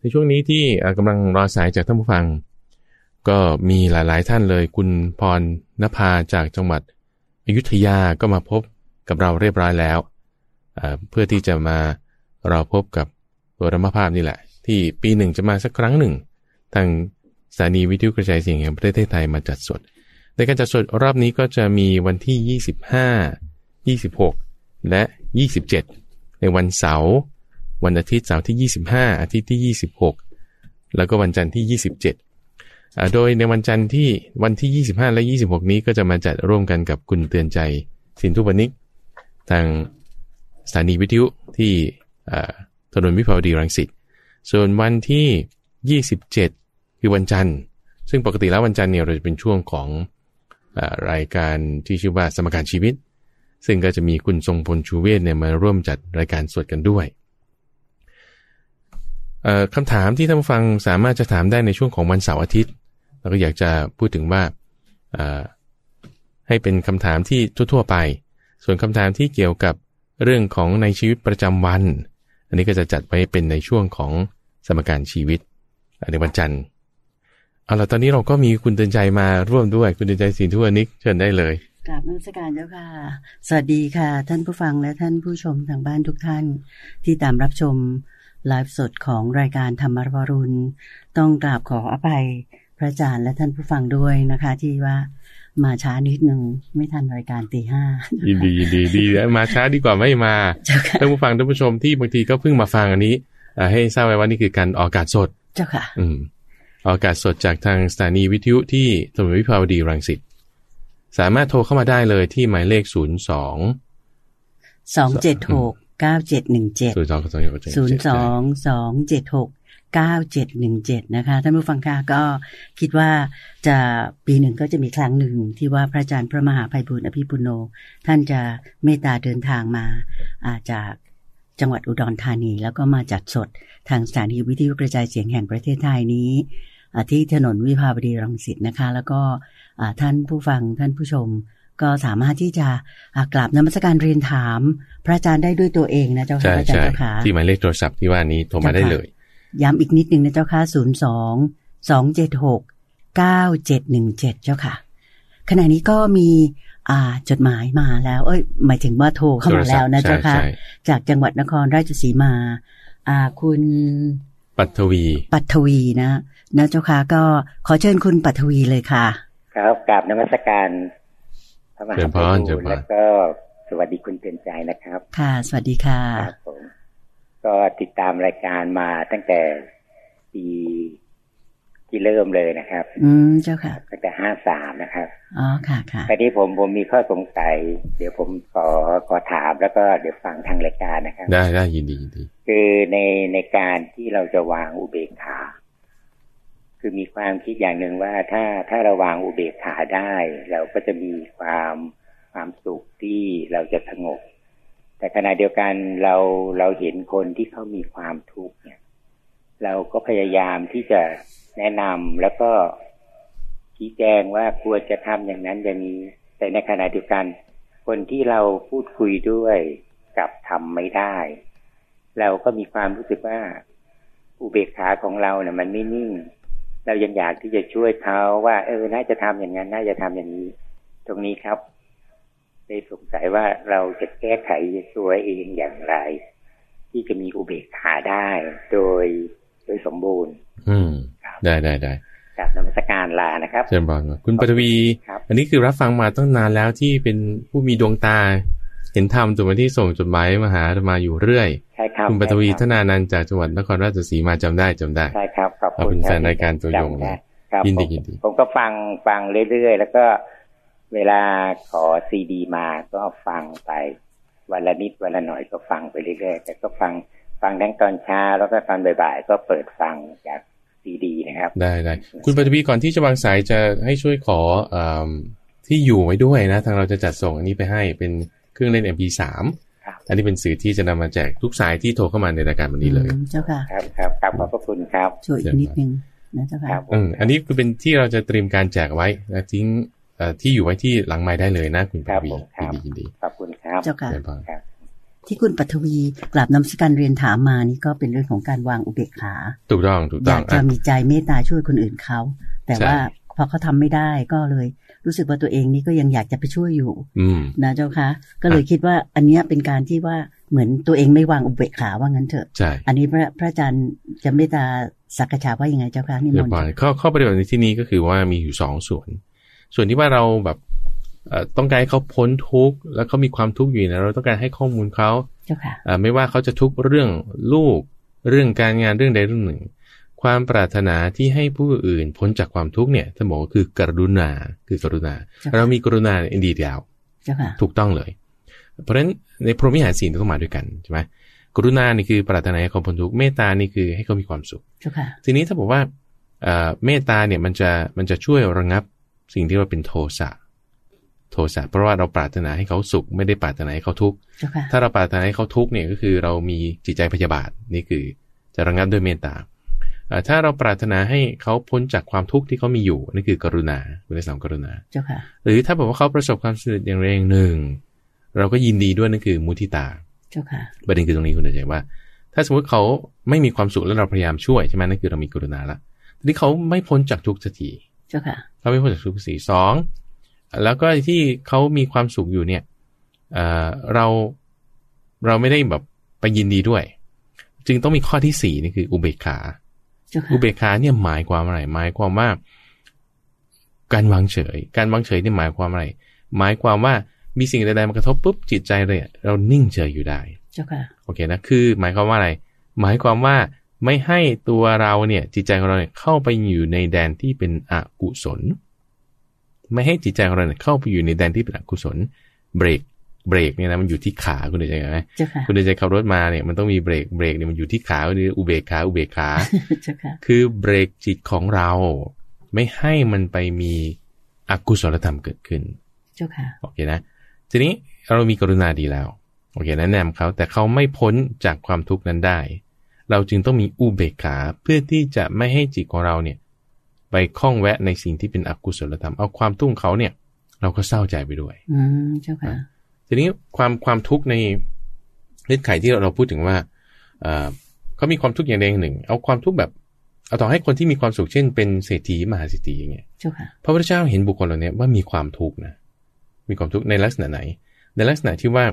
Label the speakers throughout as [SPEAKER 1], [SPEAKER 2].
[SPEAKER 1] ในช่วงนี้ที่เอ่อกำลังรอสายจากท่านผู้ฟัง ก็มีหลาย ๆ ท่านเลย คุณพรณภาจากจังหวัดอยุธยาก็มาพบกับเราเรียบร้อยแล้วเอ่อเพื่อที่จะมารอพบกับตัวธรรมภาพนี่แหละ ที่ปีหนึ่งจะมาสักครั้งหนึ่ง ทางสถานีวิทยุกระจายเสียงแห่งประเทศไทยมาจัดสด ในการจัดสดรอบนี้ก็จะมีวันที่ 25 26 และ 27 ในวันเสาร์ วันอาทิตย์เสาร์ที่ 25 อาทิตย์ที่ 26 แล้วก็วันจันทร์ที่ 27อ่าโดยในวันจันทร์ที่วันที่ 25 และ 26 นี้ก็จะมาจัดร่วมกันกับคุณเตือนใจสินทุปนิก ทางสถานีวิทยุที่อ่าถนนวิภาวดีรังสิต ส่วนวันที่ 27 คือวันจันทร์ ซึ่งปกติแล้ววันจันทร์เนี่ยเราจะเป็นช่วงของเออรายการที่ชื่อว่าสมการชีวิต ซึ่งก็จะมีคุณทรงพลชูเวศเนี่ยมาร่วมจัดรายการสดกันด้วยเอ่อคำถามที่ท่านผู้ฟังสามารถจะถามได้ในช่วงของวันเสาร์อาทิตย์ แล้วก็อยากจะพูดถึงว่าเอ่อให้เป็นคำถามที่ทั่วๆไป ส่วนคำถามที่เกี่ยวกับเรื่องของในชีวิตประจำวัน อันนี้ก็จะจัดไว้เป็นในช่วงของสมการชีวิตอ่ะในวันจันทร์ เอาล่ะตอนนี้เราก็มีคุณเตือนใจมาร่วมด้วยคุณเตือนใจสินทุวนิกเชิญได้เลย
[SPEAKER 2] กราบนมัสการเจ้าค่ะ สวัสดีค่ะ ท่านผู้ฟังและท่านผู้ชมทางบ้านทุกท่าน ที่ตามรับชมไลฟ์สดของรายการธรรมรวรุณ ต้องกราบขออภัยพระอาจารย์และท่านผู้ฟังด้วยนะคะ ที่ว่ามาช้านิดนึงไม่ทันรายการตีห้า
[SPEAKER 1] ยินดียินดีดีนะมาช้าดีกว่าไม่มา
[SPEAKER 2] เจ้าค่ะ
[SPEAKER 1] ท่านผู้ฟังท่านผู้ชมที่บางทีก็เพิ่งมาฟังอันนี้อ่าให้ทราบไว้ว่านี่คือการออกอากาศสด
[SPEAKER 2] เจ้าค่ะ
[SPEAKER 1] อืมออกอากาศสดจากทางสถานีวิทยุที่ถนนวิภาวดีรังสิตสามารถโทรเข้ามาได้เลยที่หมายเลข 0 2 0 2
[SPEAKER 2] สองเจ็ดหกเก้าเจ็ดหนึ่งเจ็ด ศูนย์สองสองเจ็ดหกเก้าเจ็ดหนึ่งเจ็ดนะคะท่านผู้ฟังค่ะก็คิดว่าจะปีหนึ่งก็จะมีครั้งหนึ่งที่ว่าพระอาจารย์พระมหาภัยบุญอภิปุโน ท่านจะเมตตาเดินทางมาอ่าจากจังหวัดอุดรธานี แล้วก็มาจัดสดทางสถานีวิทยุกระจายเสียงแห่งประเทศไทยนี้อ่าที่ถนนวิภาวดีรังสิตนะคะ แล้วก็อ่าท่านผู้ฟังท่านผู้ชม ก็สามารถที่จะอ่ากราบนมัสการเรียนถาม พระอาจารย์ได้ด้วยตัวเองนะเจ้าค่ะ
[SPEAKER 1] ใช่
[SPEAKER 2] พระอาจารย์
[SPEAKER 1] ใช่
[SPEAKER 2] เจ้าค่ะ
[SPEAKER 1] ที่หมายเลขโทรศัพท์ที่ว่านี้โทรมาได้เลย
[SPEAKER 2] ย้ำอีกนิดหนึ่งนะเจ้าค่ะ 0 2 2 7 6 9 7 1 7 เจ้าค่ะ ขณะนี้ก็มีอ่าจดหมายมาแล้ว เอ้ย หมายถึงว่าโทรเข้ามาแล้วนะ
[SPEAKER 1] โทรศัพท์
[SPEAKER 2] เจ้าค่ะ
[SPEAKER 1] ใช่ใช่
[SPEAKER 2] จากจังหวัดนครราชสีมา อ่าคุณ
[SPEAKER 1] ปัทวี
[SPEAKER 2] ปัทวีนะนะเจ้าค่ะ ก็ขอเชิญคุณปัทวีเลยค่ะ
[SPEAKER 3] ครับกราบนมัสการพระมหา
[SPEAKER 1] เชิญพร
[SPEAKER 3] ภัย
[SPEAKER 1] เชิญพ
[SPEAKER 3] บูลย์
[SPEAKER 1] ร
[SPEAKER 3] แล้วก็สวัสดีคุณเตือนใจนะครับ
[SPEAKER 2] ค่ะ สวัสดีค่ะ
[SPEAKER 3] ครับผมก็ติดตามรายการมาตั้งแต่ปีที่เริ่มเลยนะครับ
[SPEAKER 2] อืม เจ้าค่ะ
[SPEAKER 3] ตั้งแต่ห้าสามนะครับ
[SPEAKER 2] อ๋อ ค่ะค่ะ
[SPEAKER 3] แต่ที่ผมผมมีข้อสงสัย เดี๋ยวผมขอขอถามแล้วก็เดี๋ยวฟังทางรายการนะครับ
[SPEAKER 1] ได้ได้ยินดียินดี
[SPEAKER 3] คือในในการที่เราจะวางอุเบกขา คือมีความคิดอย่างหนึ่งว่าถ้าถ้าเราวางอุเบกขาได้ เราก็จะมีความความสุขที่เราจะสงบ แต่ขณะเดียวกันเราเราเห็นคนที่เขามีความทุกข์เนี่ย เราก็พยายามที่จะแนะนำแล้วก็ชี้แจงว่าควรจะทำอย่างนั้นอย่างนี้ แต่ในขณะเดียวกัน คนที่เราพูดคุยด้วยกลับทำไม่ได้ เราก็มีความรู้สึกว่า อุเบกขาของเราเนี่ยมันไม่นิ่ง เรายังอยากที่จะช่วยเขาว่า เออน่าจะทำอย่างนั้นน่าจะทำอย่างนี้ ตรงนี้ครับได้สงสัยว่าเราจะแก้ไขตัวเองอย่างไร ที่จะมีอุเบกขาได้โดยโดยสมบูรณ์
[SPEAKER 1] อืม
[SPEAKER 3] ครับ
[SPEAKER 1] ได้ได้ได้
[SPEAKER 3] กับนมัสการลานะครับ
[SPEAKER 1] เชิญบอลมาคุณปัทวี
[SPEAKER 3] ครับ
[SPEAKER 1] อันนี้คือรับฟังมาตั้งนานแล้วที่เป็นผู้มีดวงตา เห็นธรรมตัวที่ส่งจดหมายมาหาอาตมาอยู่เรื่อย
[SPEAKER 3] ใช่ครับ
[SPEAKER 1] คุณปัทวีธ
[SPEAKER 3] ใช่ครับ
[SPEAKER 1] นานันต์จากจังหวัดนครราชสีมาจำได้จำได้
[SPEAKER 3] ใช่ครับขอบ
[SPEAKER 1] ขอบ
[SPEAKER 3] คุ
[SPEAKER 1] คุณณ
[SPEAKER 3] ค
[SPEAKER 1] แฟ
[SPEAKER 3] รับ
[SPEAKER 1] นรายการตัวยง
[SPEAKER 3] จำ
[SPEAKER 1] นะ
[SPEAKER 3] ได้ครับ
[SPEAKER 1] ยินดี
[SPEAKER 3] ผม
[SPEAKER 1] ยินดี
[SPEAKER 3] ผมก็ฟังฟังเรื่อยๆแล้วก็เวลาขอซีดีมาก็ฟังไป วันละนิดวันละหน่อยก็ฟังไปเรื่อยๆแต่ก็ฟังฟังทั้งตอนเช้าแล้วก็ตอนบ่ายๆก็เปิดฟังจากซีดีนะครับ
[SPEAKER 1] ได้ได้คุณปัทวีก่อนที่จะวางสายจะให้ช่วยขอเอมที่อยู่ไว้ด้วยนะ ทางเราจะจัดส่งอันนี้ไปให้เป็นเครื่องเล่น MP3
[SPEAKER 3] ครับ
[SPEAKER 1] อันนี้เป็นสื่อที่จะนำมาแจกทุกสายที่โทรเข้ามาในรายการวันนี้เลย
[SPEAKER 2] อืม เจ้าค่ะ
[SPEAKER 3] ครับครับครับขอบพระคุณครับ
[SPEAKER 2] ช่วยอีกนิดนึงนะเจ้า
[SPEAKER 3] ครั
[SPEAKER 2] ค่ะ
[SPEAKER 3] บผม
[SPEAKER 1] อืมอันนี้คือเป็นที่เราจะเตรียมการแจกไว้นะทิ้งเอ่อที่อยู่ไว้ที่หลังไม้ได้เลยนะ คุณปวียินดียินดี
[SPEAKER 3] ขอบคุณครับ
[SPEAKER 2] เจ้าค่ะ
[SPEAKER 1] เดี๋ยวก่อน
[SPEAKER 3] ครับ
[SPEAKER 2] ที่คุณปัทวีกลับนำสการเรียนถามมานี่ก็เป็นเรื่องของการวางอุเบกขา
[SPEAKER 1] ถูกต้องถูกต้อย
[SPEAKER 2] อาง กจะ
[SPEAKER 1] อ่ะ
[SPEAKER 2] มีใจเมตตาช่วยคนอื่นเขา แต่
[SPEAKER 1] ใช่
[SPEAKER 2] ว่าพอเขาทำไม่ได้ก็เลย รู้สึกว่าตัวเองนี่ก็ยังอยากจะไปช่วยอยู่
[SPEAKER 1] อืม
[SPEAKER 2] นะเจ้าคะก็เลยคิดว่าอันเนี้ยเป็นการที่ว่าเหมือนตัวเองไม่วางอุเบกขาว่างั้นเถอะ
[SPEAKER 1] ใช่
[SPEAKER 2] อันนี้พระพระอาจารย์จะเมตตาสักกะฉาว่ายังไงเจ้าคะนิม
[SPEAKER 1] เรีย
[SPEAKER 2] น
[SPEAKER 1] บ
[SPEAKER 2] ต์
[SPEAKER 1] ร้อยข้อข้อปฏิบัติในที่นี้ก็คือว่ามีอยู่สองส่วน ส่วนที่ว่าเราแบบเอ่อต้องการให้เขาพ้นทุกข์แล้วเขามีความทุกข์อยู่นะเราต้องการให้ข้อมูลเขา
[SPEAKER 2] เจ้าค่ะ
[SPEAKER 1] อ่าไม่ว่าเขาจะทุกข์เรื่องลูก เรื่องการงานเรื่องใดเรื่องหนึ่ง ความปรารถนาที่ให้ผู้อื่นพ้นจากความทุกข์เนี่ยท่านบอกว่าคือกรุณาคือกรุณา
[SPEAKER 2] เจ้า
[SPEAKER 1] เรา
[SPEAKER 2] ค่ะ
[SPEAKER 1] มีกรุณาในดีแล้ว
[SPEAKER 2] เจ้าค่ะ
[SPEAKER 1] ถูกต้องเลย เพราะฉะนั้นในพรหมวิหารสีต้องมาด้วยกันใช่ไหมกรุณานี่คือปรารถนาให้เขาพ้นทุกข์เมตตานี่คือให้เขามีความสุข
[SPEAKER 2] เจ้าค่ะ
[SPEAKER 1] ทีนี้ถ้าบอกว่าเอ่อเมตตาเนี่ยมันจะมันจะช่วยระงับสิ่งที่ว่าเป็นโทสะโทสะเพราะว่าเราปรารถนาให้เขาสุข ไม่ได้ปรารถนาให้เขาทุกข์
[SPEAKER 2] เจ้าค่ะ
[SPEAKER 1] ถ้าเราปรารถนาให้เขาทุกข์เนี่ยก็คือเรามีจิตใจพยาบาทนี่คือจะระงับด้วยเมตตาเอ่อถ้าเราปรารถนาให้เขาพ้นจากความทุกข์ที่เขามีอยู่นี่คือกรุณาคุณสามกรุณา
[SPEAKER 2] เจ้าค่ะ
[SPEAKER 1] หรือถ้าบอกว่าเขาประสบความสำเร็จอย่างใดอย่างหนึ่ง เราก็ยินดีด้วยนั่นคือมุทิตา
[SPEAKER 2] เจ้าค่ะ
[SPEAKER 1] ประเด็นคือตรงนี้คุณเดชใจว่า ถ้าสมมติเขาไม่มีความสุขแล้วเราพยายามช่วยใช่ไหมนั่นคือเรามีกรุณาละทีนี้เขาไม่พ้นจากทุกข์สักที
[SPEAKER 2] เจ้าค่ะ
[SPEAKER 1] เขาไม่พ้นจากทุกข์สี่สองแล้วก็ที่เขามีความสุขอยู่เนี่ยเอ่อเราเราไม่ได้แบบไปยินดีด้วย จึงต้องมีข้อที่สี่นี่คืออุเบกขา
[SPEAKER 2] เจ้าค่ะ
[SPEAKER 1] อุเบกขาเนี่ยหมายความอะไร หมายความว่า การวางเฉย การวางเฉยเนี่ยหมายความอะไร หมายความว่ามีสิ่งใดๆมากระทบปุ๊บจิตใจเลยเรานิ่งเฉยอยู่ได้
[SPEAKER 2] เจ้าค่ะ
[SPEAKER 1] โอเคนะ คือหมายความว่าอะไร หมายความว่าไม่ให้ตัวเราเนี่ยจิตใจของเราเนี่ยเข้าไปอยู่ในแดนที่เป็นอกุศล ไม่ให้จิตใจของเราเนี่ยเข้าไปอยู่ในแดนที่เป็นอกุศล เบรก เบรกเนี่ยนะมันอยู่ที่ขาคุณเดชใจไหม
[SPEAKER 2] เจ้าค่ะ
[SPEAKER 1] คุณเดชใจขับรถมาเนี่ยมันต้องมีเบรก เบรกเนี่ยมันอยู่ที่ขาหรืออุเบกขา อุเบกขา
[SPEAKER 2] เจ้าค่ะ
[SPEAKER 1] คือเบรกจิตของเรา ไม่ให้มันไปมีอกุศลธรรมเกิดขึ้น
[SPEAKER 2] เจ้าค่ะ
[SPEAKER 1] โอเคนะ ทีนี้เรามีกรุณาดีแล้ว โอเคแนะนำเขาแต่เขาไม่พ้นจากความทุกข์นั้นได้ เราจึงต้องมีอุเบกขาเพื่อที่จะไม่ให้จิตของเราเนี่ยไปคล้องแวะในสิ่งที่เป็นอกุศลธรรม เอาความทุกข์ของเขาเนี่ย เราก็เศร้าใจไปด้วย
[SPEAKER 2] อืมเจ้าค่ะ
[SPEAKER 1] ทีนี้ความความทุกข์ในเงื่อนไขที่เราพูดถึงว่าเอ่อเขามีความทุกข์อย่างใดอย่างหนึ่ง เอาความทุกข์แบบเอาต่อให้คนที่มีความสุขเช่น เป็นเศรษฐีมหาเศรษฐีอย่างเงี้ย
[SPEAKER 2] เจ้าค่ะ
[SPEAKER 1] พระพุทธเจ้าเห็นบุคคลเหล่านี้ว่ามีความทุกข์นะ มีความทุกข์ในลักษณะไหน ในลักษณะที่ว่า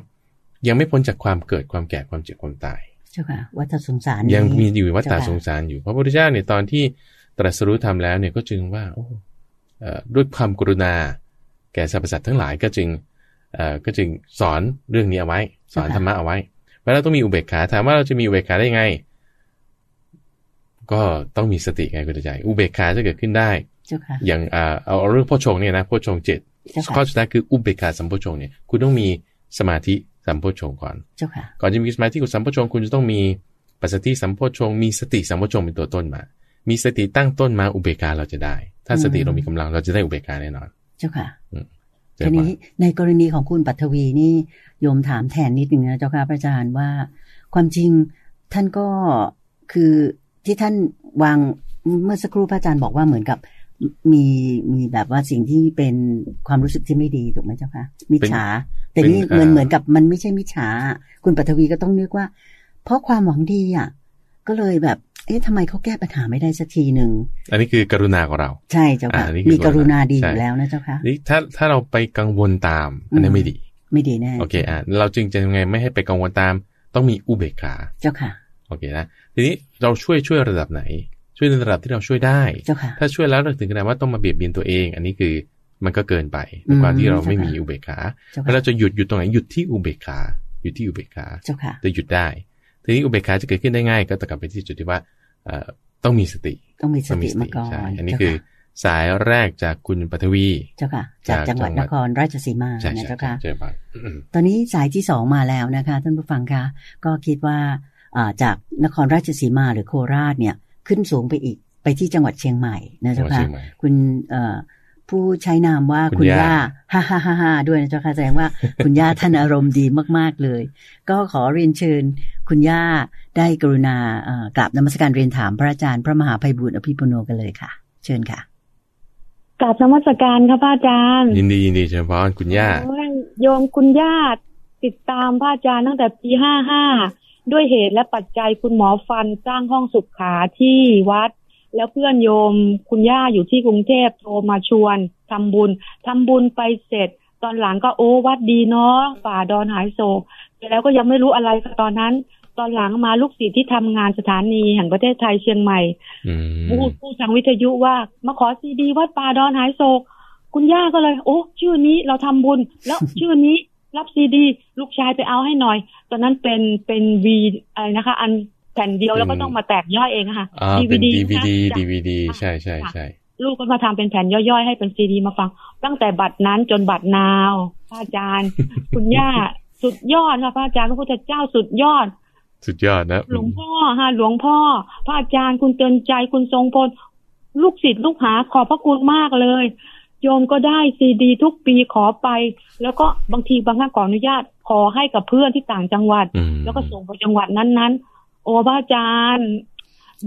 [SPEAKER 1] ยังไม่พ้นจากความเกิดความแก่ความเจ็บความตาย
[SPEAKER 2] เจ้าค่ะวัฏสงสาร
[SPEAKER 1] ยังมีอยู่วัฏฏะ
[SPEAKER 2] เจ้ค่ะ
[SPEAKER 1] สงสารอยู่ พระพุทธเจ้าเนี่ยตอนที่ตรัสรู้ธรรมแล้วเนี่ยก็จึงว่าโอ้เอ่อด้วยความกรุณา แก่สรรพสัตว์ทั้งหลายก็จึงเอ่อก็จึงสอนเรื่องนี้เอาไว้ สอนธรรมะเอาไว้เพราะฉะนั้นเราต้องมีอุเบกขาถามว่าเราจะมีอุเบกขาได้ไง ก็ต้องมีสติไงคุณตาใจารย์อุเบกขาจะเกิดขึ้นได้
[SPEAKER 2] เจ้าค่ะ
[SPEAKER 1] อย่างอ่าเอาเอาเรื่องโพชฌงค์เนี่ยนะโพชฌงค์เจ็ด
[SPEAKER 2] เจ้า
[SPEAKER 1] ข้อ
[SPEAKER 2] ค่ะ
[SPEAKER 1] สุดท้ายคืออุเบกขาสัมโพชฌงค์เนี่ยคุณต้องมีสมาธิสัมโพชฌงค์ก่อน
[SPEAKER 2] เจ้าค่ะ
[SPEAKER 1] ก่อนจะมีสมาธิกับสัมโพชฌงค์คุณจะต้องมีปัสสติสัมโพชฌงค์มีสติสัมโพชฌงค์เป็นตัวต้นมา มีสติตั้งต้นมาอุเบกขาเราจะได้ ถ้าสติเรามีกำลังเราจะได้อุเบกขาแน่นอน
[SPEAKER 2] เจ้าค่ะ
[SPEAKER 1] เจ
[SPEAKER 2] ที
[SPEAKER 1] อมา
[SPEAKER 2] นี้ในกรณีของคุณปัทวีนี่โยมถามแทนนิดหนึ่งนะเจ้าค่ะพระอาจารย์ว่า ความจริงท่านก็คือที่ท่านวางเมื่อสักครู่พระอาจารย์บอกว่าเหมือนกับมีมีแบบว่าสิ่งที่เป็นความรู้สึกที่ไม่ดีถูกไหมเจ้าค่ะมิจฉา แต่นี่เหมือนเหมือนกับมันไม่ใช่มิจฉา คุณปัทวีก็ต้องนึกว่า เพราะความหวังดีอ่ะก็เลยแบบ เอ๊ะทำไมเขาแก้ปัญหาไม่ได้สักทีหนึ่ง
[SPEAKER 1] อันนี้คือกรุณาของเรา
[SPEAKER 2] ใช่เจ้าค่ะ
[SPEAKER 1] อ่านี่คือ
[SPEAKER 2] มีกรุณาดีอ
[SPEAKER 1] ใช่
[SPEAKER 2] ยู่แล้วนะเจ้าค่ะ
[SPEAKER 1] นี่ถ้าถ้าเราไปกังวลตามอันนี้น
[SPEAKER 2] อืม
[SPEAKER 1] ไม่ดี
[SPEAKER 2] ไม่ดีแน่
[SPEAKER 1] โอเคอ่ะเราจึงจะยังไงไม่ให้ไปกังวลตาม ต้องมีอุเบกขา
[SPEAKER 2] เจ้าค่ะ
[SPEAKER 1] โอเคนะทีนี้เราช่วยช่วยระดับไหน ช่วยในระดับที่เราช่วยได้
[SPEAKER 2] เจ้าค่ะ
[SPEAKER 1] ถ้าช่วยแล้วเราถึงขนาดว่าต้องมาเบียดเบียนตัวเอง อันนี้คือมันก็เกินไปในความที่เราไม่มีอุเบกขา
[SPEAKER 2] เจ้า
[SPEAKER 1] เพราะ
[SPEAKER 2] ค่ะ
[SPEAKER 1] เราจะหยุดอยู่ตรงไหนหยุดที่อุเบกขาหยุดที่อุเบกขา
[SPEAKER 2] เจ้าค่ะ
[SPEAKER 1] จะหยุดได้ทีนี้อุเบกขาจะเกิดขึ้นได้ง่าย ก็ตองกลับไปที่จุดที่ว่าเอ่อต้องมีสติ
[SPEAKER 2] ต้องมีส
[SPEAKER 1] ต้อง
[SPEAKER 2] ติ
[SPEAKER 1] มี
[SPEAKER 2] มาก่อน
[SPEAKER 1] ใช่อันนี้คือสายแรกจากคุณปัทวี
[SPEAKER 2] เจ้าค่ะเจ้าค่ะ จาก
[SPEAKER 1] จาก
[SPEAKER 2] จังหวัด
[SPEAKER 1] จังหวั
[SPEAKER 2] น
[SPEAKER 1] ด
[SPEAKER 2] ครราชสีมา
[SPEAKER 1] ใช่
[SPEAKER 2] นะ
[SPEAKER 1] ใช่
[SPEAKER 2] เจ้า
[SPEAKER 1] ใช่
[SPEAKER 2] ค่ะ
[SPEAKER 1] เจอปะอืม
[SPEAKER 2] ตอนนี้สายที่สองมาแล้วนะคะท่านผู้ฟังคะก็คิดว่าอ่าจากนครราชสีมาหรือโคราชเนี่ยขึ้นสูงไปอีกไปที่จังหวัดเชียงใหม่นะ
[SPEAKER 1] จังห
[SPEAKER 2] เจ้า
[SPEAKER 1] วัด
[SPEAKER 2] ค่ะ
[SPEAKER 1] เชียงใหม่
[SPEAKER 2] คุณเอ่อผู้ใช้นามว่า
[SPEAKER 1] คุ
[SPEAKER 2] คุณ ณ
[SPEAKER 1] ย่า
[SPEAKER 2] ย่าฮ่าฮ่าฮ่าฮ่าด้วยนะเจ้าค่ะแสดงว่า คุณย่าท่านอารมณ์ดีมาก ๆ เลย ก็ขอเรียนเชิญ คุณย่าได้กรุณาเอ่อกราบนมัสการเรียนถามพระอาจารย์พระมหาภัยบุญอภิปุโนกันเลยค่ะ เชิญค่ะ
[SPEAKER 4] กราบนมัสการค่ะพระอาจารย์
[SPEAKER 1] ยินดียินดีเฉพาะคุณย่า
[SPEAKER 4] โอ้ยโยมคุณญาติ ติดตามพระอาจารย์ตั้งแต่ปีห้าห้าด้วยเหตุและปัจจัยคุณหมอฟันสร้างห้องสุขขาที่วัด แล้วเพื่อนโยมคุณย่าอยู่ที่กรุงเทพโทรมาชวนทำบุญทำบุญไปเสร็จ ตอนหลังก็โอ้วัดดีเนาะฝ่าดอนหายโศกแล้วก็ยังไม่รู้อะไรตอนนั้น ตอนหลังมาลูกศิษย์ที่ทำงานสถานีแห่งประเทศไทยเชียงใหม่
[SPEAKER 1] อื
[SPEAKER 4] พู
[SPEAKER 1] ม
[SPEAKER 4] ดพูดทางวิทยุว่ามาขอซีดีวัดป่าดอนหายโศก คุณย่าก็เลย โอ้ชื่อนี้เราทำบุญ แล้ว ชื่อนี้รับซีดี ลูกชายไปเอาให้หน่อย ตอนนั้นเป็นเป็นวีอะไรนะคะ อันแผ่นเดียวแล้วก็ต้องมาแตกย่อยเองอะค่ะ
[SPEAKER 1] อ่าเป็น
[SPEAKER 4] DVD
[SPEAKER 1] DVD
[SPEAKER 4] จ้ะ
[SPEAKER 1] DVD ใช่ใช่ใช่
[SPEAKER 4] ลูกก็มาทำเป็นแผ่นย่อยๆ ให้เป็นซีดีมาฟัง ตั้งแต่บัตรนั้นจนบัตรนาวพระอาจารย์ คุณย่าสุดยอดค่ะพระอาจารย์พระพุทธเจ้าสุดยอด
[SPEAKER 1] สุดยอดนะ
[SPEAKER 4] หลวงพ่อฮะหลวงพ่อ พระอาจารย์คุณเตือนใจคุณทรงพล ลูกศิษย์ลูกหาขอบพระคุณมากเลย โยมก็ได้ซีดีทุกปีขอไป แล้วก็บางทีบางครั้งขออนุญาตขอให้กับเพื่อนที่ต่างจังหวัด
[SPEAKER 1] อืม
[SPEAKER 4] แล้วก็ส่งไปจังหวัดนั้นๆ โอ้พระอาจารย์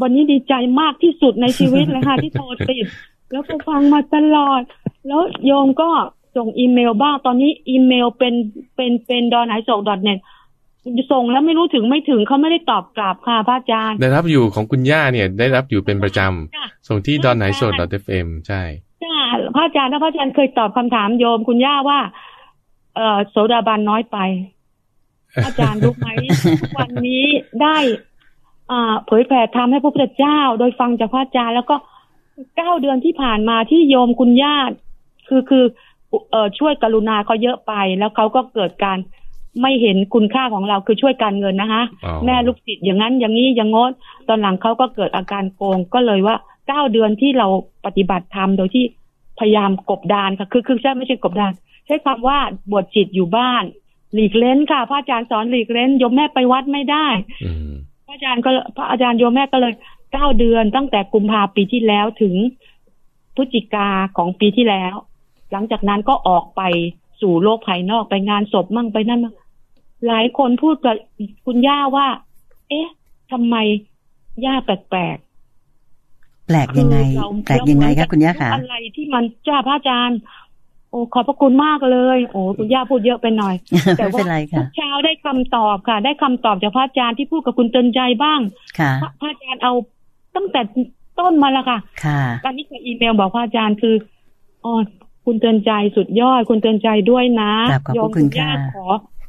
[SPEAKER 4] วันนี้ดีใจมากที่สุดในชีวิตเลยค่ะ ที่โทรติด แล้วก็ฟังมาตลอด แล้วโยมก็ส่งอีเมลบ้าง ตอนนี้อีเมลเป็นเป็นเป็นดอนไหนส่งดอทเน็ตส่งแล้วไม่รู้ถึงไม่ถึงเขาไม่ได้ตอบกลับค่ะพระอาจารย์
[SPEAKER 1] ได้รับอยู่ของคุณย่าเนี่ยได้รับอยู่เป็นประจ
[SPEAKER 4] จ้ะ
[SPEAKER 1] ำส่งที่ดอนไนโซดอทเอมใช่
[SPEAKER 4] จ้าพระอาจารย์ถ้าพระอาจารย์เคยตอบคำถามโยมคุณย่าว่า เออโสดาบันน้อยไป อาจารย์ รู้ไหม ทุกวันนี้ได้อ่าเผยแผ่ธรรมให้พระพุทธเจ้า โดยฟังจากพระอาจารย์แล้วก็เก้าเดือนที่ผ่านมาที่โยมคุณญาติ คือคือเอ่อช่วยกรุณาเขาเยอะไป แล้วเขาก็เกิดการไม่เห็นคุณค่าของเราคือช่วยการเงินนะคะ
[SPEAKER 1] อ๋อ
[SPEAKER 4] แม่ลูกศิษย์อย่างนั้นอย่างนี้อย่างงดตอนหลังเขาก็เกิดอาการโกงก็เลยว่าเก้าเดือนที่เราปฏิบัติธรรมโดยที่พยายามกบดานค่ะคือคือใช่ไม่ใช่กบดาน ใช้คำว่าบวชจิตอยู่บ้าน หลีกเล้นค่ะพระอาจารย์สอนหลีกเล้นโยมแม่ไปวัดไม่ได้
[SPEAKER 1] อืม
[SPEAKER 4] พระอาจารย์ก็พระอาจารย์โยมแม่ก็เลยเก้าเดือนตั้งแต่กุมภาปีที่แล้วถึงพฤศจิกาของปีที่แล้ว หลังจากนั้นก็ออกไปสู่โลกภายนอกไปงานศพมั่งไปนั่นมั่งหลายคนพูดกับคุณย่าว่า เอ๊ะทำไมย่าแปลก
[SPEAKER 2] แปลก
[SPEAKER 4] ๆ
[SPEAKER 2] ยังไง
[SPEAKER 4] คือเรา
[SPEAKER 2] แปลกยังไง
[SPEAKER 4] เาเหมือน
[SPEAKER 2] คะคุณย่าขา
[SPEAKER 4] พูดอะไรที่มันจ้าพระอาจารย์ โอ้ขอบพระคุณมากเลย โอ้คุณย่าพูดเยอะไปหน่อย แต่
[SPEAKER 2] ไม่
[SPEAKER 4] ว่า
[SPEAKER 2] เป็นไรค่ะ
[SPEAKER 4] เช้าได้คำตอบค่ะ ได้คำตอบจากพระอาจารย์ที่พูดกับคุณเตือนใจบ้าง
[SPEAKER 2] ค่ะ
[SPEAKER 4] พระพระอาจารย์เอาตั้งแต่ต้นมาและค่ะ
[SPEAKER 2] ค่ะ
[SPEAKER 4] ตอนนี้คืออีเมลบอกพระอาจารย์คืออ๋อคุณเตือนใจสุดยอด คุณเตือนใจด้วยนะครับ
[SPEAKER 2] ขอบพระ
[SPEAKER 4] ม
[SPEAKER 2] คุณ
[SPEAKER 4] ย่า
[SPEAKER 2] ค่ะ
[SPEAKER 4] ขอ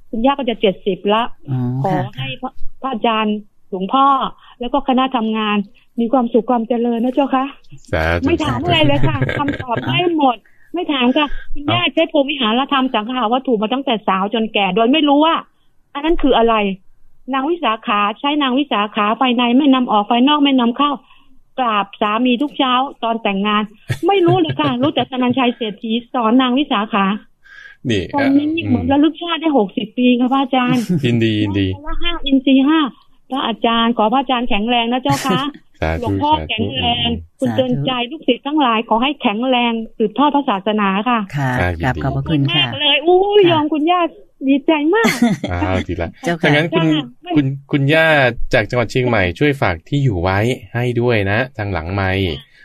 [SPEAKER 4] คุณย่าก็จะเจ็ดสิบละ
[SPEAKER 2] อ๋อ
[SPEAKER 4] ขอ
[SPEAKER 2] ค่ะ
[SPEAKER 4] ให้พระพระอาจารย์หลวงพ่อ แล้วก็คณะทำงาน มีความสุขความเจริญนะเจ้าคะ
[SPEAKER 1] สาธุ
[SPEAKER 4] ไม่ถามอะไรเลยค่ะคำตอบไม่หมด ไม่ถามค่ะคุณย่าใช้ภูมิหารธรรมสังขาวัตถุมาตั้งแต่สาวจนแก่ โดยไม่รู้ว่า อันนั้นคืออะไร นางวิสาขาใช้นางวิสาขาภายในไม่นำออกภายนอกไม่นำเข้ากราบสามีทุกเช้าตอนแต่งงาน ไม่รู้เลยค่ะ รู้แต่สนันชัยเศรษฐีสอนนางวิสาขา
[SPEAKER 1] นี่
[SPEAKER 4] ตอนนี้เหมือนระลึกชาติได้หกสิบปีค่ะพระอาจารย์
[SPEAKER 1] อืมยินดียินดี
[SPEAKER 4] พละห้าอินทรีย์ห้าพระอาจารย์ขอพระอาจารย์แข็งแรงนะเจ้าคะ
[SPEAKER 1] สา
[SPEAKER 4] หลว
[SPEAKER 1] ธุ
[SPEAKER 4] งพ่อ
[SPEAKER 1] สา
[SPEAKER 4] แข็
[SPEAKER 1] ธุ
[SPEAKER 4] งแรง
[SPEAKER 2] สาธุ
[SPEAKER 4] คุณเตือนใจลูกศิษย์ทั้งหลายขอให้แข็งแรงสืบทอดพระศาสนาค่ะ
[SPEAKER 2] ค่ะกราบขอบพระคุณค่ะ
[SPEAKER 4] มากเลยอู้ย
[SPEAKER 2] ค่ะ
[SPEAKER 4] ยอมคุณย่าดีใจมาก
[SPEAKER 1] อ้าวดีละ
[SPEAKER 2] เจ้า
[SPEAKER 1] ดั
[SPEAKER 2] ค่ะ
[SPEAKER 1] งนั้นคุณ
[SPEAKER 4] จ้ะไม่
[SPEAKER 1] คุณคุณย่าจากจังหวัดเชียงใหม่ช่วยฝากที่อยู่ไว้ให้ด้วยนะ ทางหลังไม่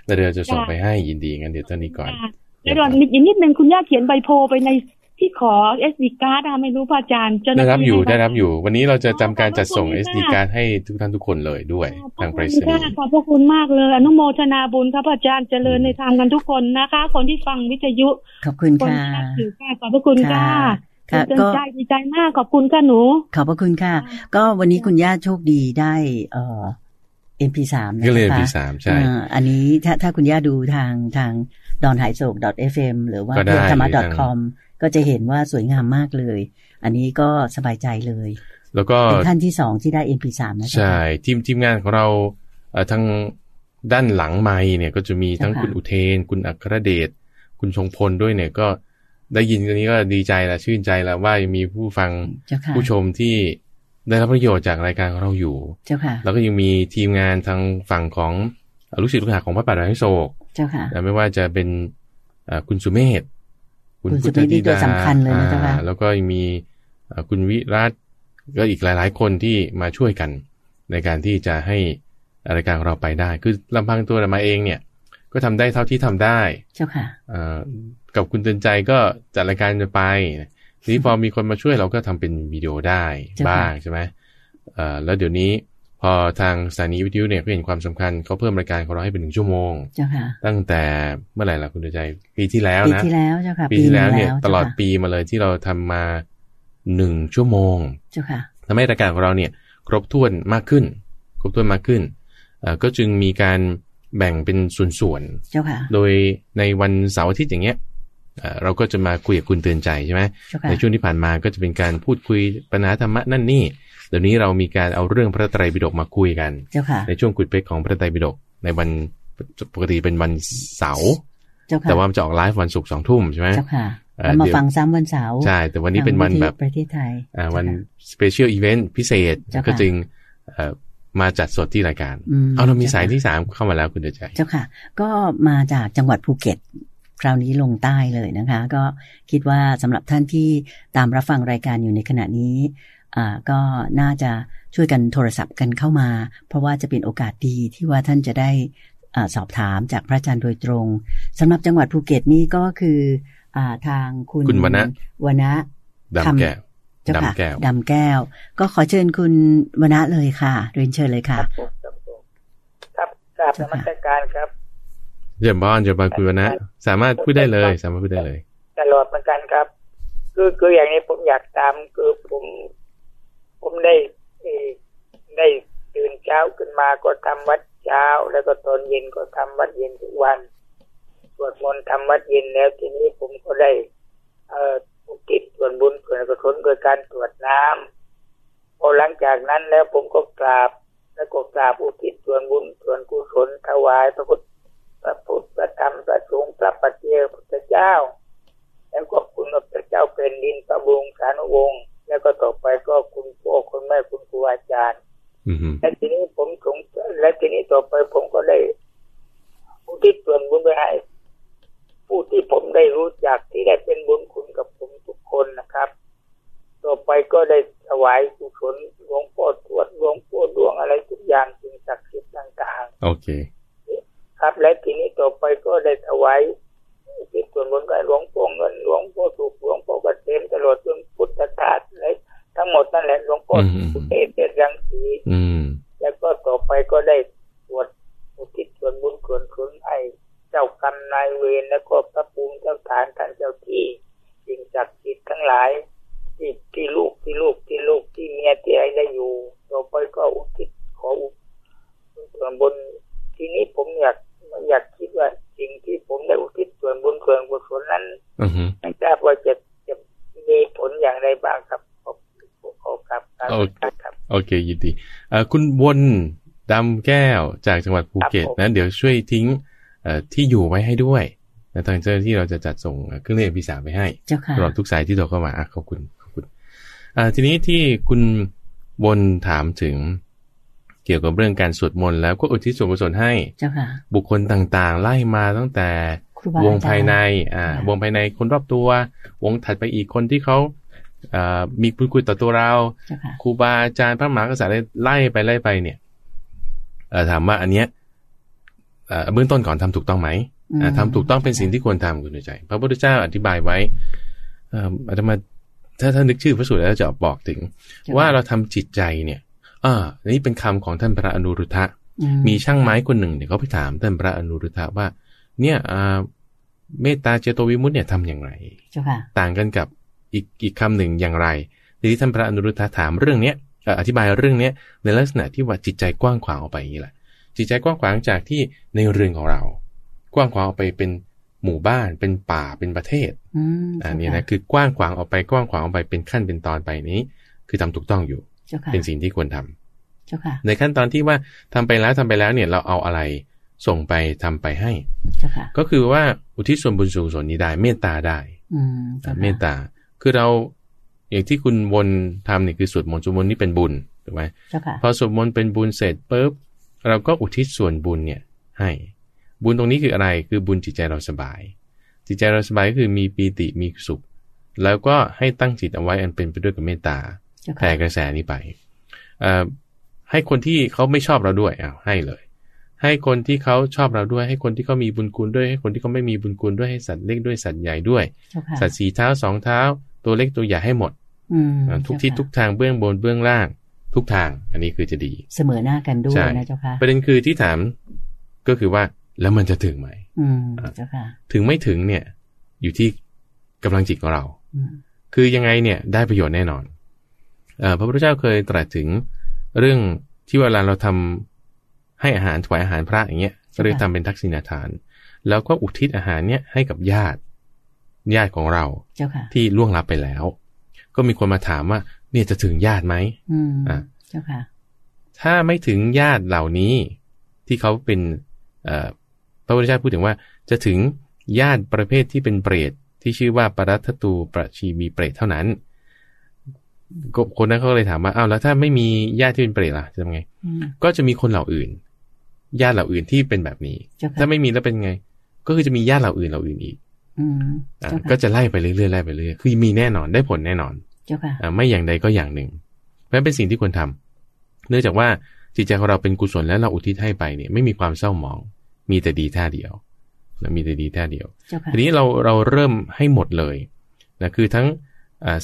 [SPEAKER 1] แล้วเดี๋ยวจะส่งไปให้ยินดีงั้นเดี๋ยวตอนนี้ก่อน
[SPEAKER 4] ค่ะแล้วตอนนิดนิดนึงคุณย่าเขียนใบโพลไปในที่ขอเอสดีการ์ดไม่รู้พระอาจารย์เจ้าห
[SPEAKER 1] ได้
[SPEAKER 4] น้าที่
[SPEAKER 1] รับอยู่ได้รับอยู่ วันนี้เราจะทำการจัดส่ง
[SPEAKER 4] ขอบพระ
[SPEAKER 1] SD
[SPEAKER 4] คุณค่ะ
[SPEAKER 1] card ให้ทุกท่านทุกคนเลยด้วยทางไปรษณี
[SPEAKER 4] ขอบคุณค่ะ
[SPEAKER 1] ย์
[SPEAKER 4] ขอบพระคุณมากเลย อนุโมทนาบุญครับอาจารย์เจริญในธรรมกันทุกคนนะคะ คนที่ฟังวิทยุ
[SPEAKER 2] ขอบคุณ
[SPEAKER 4] คน
[SPEAKER 2] ค่ะ
[SPEAKER 4] ที่นับถือค่ะขอบพระคุณค่ะ
[SPEAKER 2] ค่ะ
[SPEAKER 4] ดีใจดีใจมากขอบคุณค่ะหนู
[SPEAKER 2] ขอบพระคุณค่ะ ก็วันนี้คุณย่าโชคดีได้เอ่อ MP3 นะ
[SPEAKER 1] ก็เลย
[SPEAKER 2] คะ
[SPEAKER 1] ปีสามใช่
[SPEAKER 2] เอ่ออันนี้ถ้าถ้าคุณย่าดูทางทางดอนหายโศก .fm หรือว่า
[SPEAKER 1] ก็ได้
[SPEAKER 2] เพื่อนธรรมะ
[SPEAKER 1] หรือทาง
[SPEAKER 2] .com ก็จะเห็นว่าสวยงามมากเลย อันนี้ก็สบายใจเลย
[SPEAKER 1] แล้วก็
[SPEAKER 2] เป็นท่านที่สองที่ได้ MP3 นะเจ้า
[SPEAKER 1] ใช่
[SPEAKER 2] ค่ะ
[SPEAKER 1] ทีมทีมงานของเราเอ่อทางด้านหลังไม้เนี่ยก็จะมีทั้ง
[SPEAKER 2] เจ้าค่ะ
[SPEAKER 1] คุณอุเทน คุณอัครเดชคุณชงพลด้วยเนี่ยก็ได้ยินกันนี้ก็ดีใจละชื่นใจละว่ายังมีผู้ฟัง
[SPEAKER 2] เจ้าค่ะ
[SPEAKER 1] ผู้ชมที่ได้รับประโยชน์จากรายการของเราอยู่
[SPEAKER 2] เจ้าค่ะ
[SPEAKER 1] แล้วก็ยังมีทีมงานทางฝั่งของเอ่อลูกศิษย์ลูกหาของพระป่าดอยไฮโศก
[SPEAKER 2] เจ้าค่ะ
[SPEAKER 1] นะไม่ว่าจะเป็นเอ่อคุณสุเมธ
[SPEAKER 2] คุณสุเมธนี่ตัวสำคัญเลยนะเจ้าค่ะ
[SPEAKER 1] อ่แล้วก็ยังมีเอ่อคุณวิรัตก็อีกหลาย ๆ คนที่มาช่วยกัน ในการที่จะให้รายการของเราไปได้ คือลำพังตัวเรามาเองเนี่ย ก็ทำได้เท่าที่ทำได้
[SPEAKER 2] เจ้าค่ะ
[SPEAKER 1] เอ่อกับคุณเตือนใจก็จัดรายการจะไป ทีนี้พอมีคนมาช่วยเราก็ทำเป็นวิดีโอได้บ้างใช่ไหมเอ่อแล้วเดี๋ยวนี้พอทางสถานีวิทยุเนี่ยเห็นความสำคัญเขาเพิ่มรายการของเราให้เป็นหนึ่งชั่วโมง
[SPEAKER 2] เจ้าค่ะ
[SPEAKER 1] ตั้งแต่เมื่อไหร่ล่ะคุณดวงใจปีที่แล้ว
[SPEAKER 2] นะปีที่แล้วเจ้าค่ะ
[SPEAKER 1] ปีที่แล้วเนี่ยตลอดปีมาเลยที่เราทำมาหนึ่งชั่วโมง
[SPEAKER 2] เจ้าค่ะ
[SPEAKER 1] ทำให้รายการของเราเนี่ย ครบถ้วนมากขึ้น ครบถ้วนมากขึ้นเอ่อก็จึงมีการแบ่งเป็นส่วน
[SPEAKER 2] ๆเจ้าค่ะ
[SPEAKER 1] โดยในวันเสาร์อาทิตย์อย่างเงี้ยเราก็จะมาคุยกับคุณเตือนใจใช่ไหมในช่วงที่ผ่านมาก็จะเป็นการพูดคุยปัญหาธรรมะนั่นนี่เดี๋ยวนี้เรามีการเอาเรื่องพระไตรปิฎกมาคุยกัน ในช่วงกุดเพกของพระไตรปิฎกในวันปกติเป็นวันเสาร์แต่ว่ามันจะออกไลฟ์วันศุกร์สองทุ่มใช่ไหม
[SPEAKER 2] เรามาฟังซ้ำวันเสาร์
[SPEAKER 1] ใช่ แต่วันนี้เป็นวันแบบ
[SPEAKER 2] ประเทศไทย
[SPEAKER 1] วันสเปเชียลอีเวนต์พิเศษก็จึงมาจัดสดที่รายการ เอาเรามีสายที่สามเข้ามาแล้วคุณเดชใจ
[SPEAKER 2] เจ้าค่ะ ก็มาจากจังหวัดภูเก็ตคราวนี้ลงใต้เลยนะคะ ก็คิดว่าสำหรับท่านที่ตามรับฟังรายการอยู่ในขณะนี้ก็น่าจะช่วยกันโทรศัพท์กันเข้ามา เพราะว่าจะเป็นโอกาสดีที่ว่าท่านจะได้อสอบถามจากพระอาจารย์โดยตรงสำหรับจังหวัดภูเก็ตนี่ก็คืออทางคุณ
[SPEAKER 1] คุณวณะ
[SPEAKER 2] วณะ
[SPEAKER 1] ดำแก้ว
[SPEAKER 2] ดำแก้วดำแก้ว ก็ขอเชิญคุณวณะเลยค่ะ เรียนเชิญเลยค่ะ
[SPEAKER 5] ครับกราบนมัสการครับ
[SPEAKER 1] เยี่ยมบ้านเยี่ยมบ้านคุณวณะสามารถพูดได้เลย สามารถพูดได้เลย
[SPEAKER 5] ตลอดเหมือนกันครับ คือคืออย่างนี้ผมอยากตามคือผมผมได้ได้ตื่นเช้าขึ้นมาก็ทำวัดเช้า แล้วก็ตอนเย็นก็ทำวัดเย็นทุกวันสวดมนต์ทำวัดเย็นแล้ว ทีนี้ผมก็ได้ เอ่อติดส่วนบุญส่วนกุศลโดยการตรวจน้ำพอหลังจากนั้นแล้วผมก็กราบ แล้วก็กราบอุทิศส่วนบุญส่วนกุศลถวายพระพุทธพระพุทธพระธรรมพระสงฆ์พระปัจเจกพุทธเจ้า แล้วก็คุณพระเจ้าเป็นดินพระบุงสานุวงศ์แล้วก็ต่อไปก็คุณพ่อคุณแม่คุณครูอาจารย์และทีนี้ผมสงและทีนี้ต่อไปผมก็ได้ผู้ที่ส่วนบุญไปให้ผู้ที่ผมได้รู้จักที่ได้เป็นบุญคุณกับผมทุกคนนะครับ ต่อไปก็ได้ถวายกุศลหลวงพ่อตรวจหลวงพ่อดวงอะไรทุกอย่างสิ่งศักดิ์สิทธิ์ต่าง
[SPEAKER 1] ๆ โอเค
[SPEAKER 5] ครับ และทีนี้ต่อไปก็ได้ถวายที่ส่วนบนก็หลวงพ่อเงินหลวงพ่อถูกหลวงพ่อกเกษมตลอดจนพุทธทาสเลยทั้งหมดนั่นแหละหลวงพ่อสุเทพเดชรังสีแล้วก็ต่อไปก็ได้ตรวจอุทิศส่วนบุญส่วนคุนไอเจ้ากรรมนายเวรแล้วก็พระภูมิเจ้าฐานท่านเจ้าที่สิ่งศักดิ์สิทธิ์ทั้งหลายที่ที่ลูกที่ลูกที่ลูกที่เมียที่ไอ้ได้อยู่ต่อไปก็อุทิศขออุทิศส่วนบุญทีนี้ผมอยากอยากคิดว่าสิ่งที่ผมได้อุทิศส่วนบุญส่วนกุศลนั้นไม่ทราบว่าจะจะมีผลอย่างไรบ้างครับขอบขอบครับ
[SPEAKER 1] ครับ โอเคยินดีคุณวนดำแก้วจากจังหวัดภูเก็ตนะเดี๋ยวช่วยทิ้งที่อยู่ไว้ให้ด้วยนะทางเจ้าที่เราจะจัดส่งเครื่องเล่นพีสามไปให้ตลอดทุกสายที่โทรเข้ามาขอบคุณขอบคุณทีนี้ที่คุณวนถามถึงเกี่ยวกับเรื่องการสวดมนต์แล้วก็อุทิศส่วนกุศลให้บุคคลต่างๆ ไล่มาตั้งแต่วงภายในอ่าวงภายในคนรอบตัว วงถัดไปอีกคนที่เขามีคุณคุยต่อตัวเราครูบาอาจารย์พระมหากษัตริย์ไล่ไปไล่ไปเนี่ยถามว่าอันเนี้ยเบื้องต้นก่อนทำถูกต้องไหมทำถูกต้องเป็นสิ่งที่ควรทำคุณใจ พระพุทธเจ้าอธิบายไว้อาตมาถ้าท่านนึกชื่อพระสูตรแล้วจะบอกถึง ว่าเราทำจิตใจเนี่ยอ่านี่เป็นคำของท่านพระอนุรุทธะ มีช่างไม้คนหนึ่งเนี่ยเขาไปถามท่านพระอนุรุทธะว่า เนี่ยเมตตาเจโตวิมุตต์เนี่ยทำอย่างไรต่างกันกับอีกอีกคำหนึ่งอย่างไรทีนี้ท่านพระอนุรุทธะถามเรื่องเนี้ยอธิบายเรื่องเนี้ยในลักษณะที่ว่าจิตใจกว้างขวางออกไปอย่างนี้แหละ จิตใจกว้างขวางจากที่ในเรือนของเรา กว้างขวางออกไปเป็นหมู่บ้านเป็นป่าเป็นประเทศอันนี้นะคือกว้างขวางออกไปกว้างขวางออกไปเป็นขั้นเป็นตอนไปนี้ คือทำถูกต้องอยู่เป็นสิ่งที่ควรทำในขั้นตอนที่ว่าทำไปแล้วทำไปแล้วเนี่ยเราเอาอะไรส่งไปทำไปให้ก็คือว่าอุทิศส่วนบุญส่วนส่วนนี้ได้เมตตาได้เมตตาคือเราอย่างที่คุณวนทำเนี่ยคือสวดมนต์สวดมนต์นี่เป็นบุญถูกไหมพอสวดมนต์เป็นบุญเสร็จปุ๊บเราก็อุทิศส่วนบุญเนี่ยให้ บุญตรงนี้คืออะไรคือบุญจิตใจเราสบาย จิตใจเราสบายก็คือมีปีติมีสุข แล้วก็ให้ตั้งจิตเอาไว้อันเป็นไปด้วยกับเมตตาแผ่กระแสนี้ไปให้คนที่เขาไม่ชอบเราด้วยเอาให้เลย ให้คนที่เขาชอบเราด้วย ให้คนที่เขามีบุญคุณด้วย ให้คนที่เขาไม่มีบุญคุณด้วยให้สัตว์เล็กด้วยสัตว์ใหญ่ด้วย สัตว์สีเท้าสองเท้า ตัวเล็กตัวใหญ่ให้หมด
[SPEAKER 2] อืม
[SPEAKER 1] ทุกทิศทุกทางเบื้องบนเบื้องล่าง ทุกทาง อันนี้คือจะดี
[SPEAKER 2] เสมอหน้ากันด้วยนะเจ้าค่ะ
[SPEAKER 1] ประเด็นคือที่ถามก็คือว่าแล้วมันจะถึงไหม
[SPEAKER 2] อืมเจ้าค่ะ
[SPEAKER 1] ถึงไม่ถึงเนี่ย อยู่ที่กำลังจิตของเรา
[SPEAKER 2] อืม
[SPEAKER 1] คือยังไงเนี่ยได้ประโยชน์แน่นอนเออพระพุทธเจ้าเคยตรัสถึงเรื่องที่เวลาเราทำให้อาหารถวายอาหารพระอย่างเงี้ยเรียกทำเป็นทักษิณาทาน แล้วก็อุทิศอาหารเนี่ยให้กับญาติญาติของเรา
[SPEAKER 2] เจ้าค่ะ
[SPEAKER 1] ที่ล่วงลับไปแล้ว ก็มีคนมาถามว่า เนี่ยจะถึงญาติไหม
[SPEAKER 2] อืมเจ้าค่ะ
[SPEAKER 1] ถ้าไม่ถึงญาติเหล่านี้ที่เขาเป็นเอ่อพระพุทธเจ้าพูดถึงว่า จะถึงญาติประเภทที่เป็นเปรตที่ชื่อว่าปรัตตูประชีมีเปรตเท่านั้นคนนั้นเขาเลยถามว่าอ้าวแล้วถ้าไม่มีญาติที่เป็นเปรตล่ะจะทำไง ก็จะมีคนเหล่าอื่น ญาติเหล่าอื่นที่เป็นแบบนี้ ถ้าไม่มีแล้วเป็นไง ก็คือจะมีญาติเหล่าอื่นเหล่าอื่นอีกก็จะไล่ไปเรื่อยๆไล่ไปเรื่อยคือมีแน่นอนได้ผลแน่นอนไม่อย่างใดก็อย่างหนึ่งเพราะเป็นสิ่งที่ควรทำ เนื่องจากว่าจิตใจของเราเป็นกุศลแล้วเราอุทิศให้ไปเนี่ยไม่มีความเศร้าหมอง มีแต่ดีท่าเดียวมีแต่ดีท่าเดียว ทีนี้เราเราเริ่มให้หมดเลยนะคือทั้ง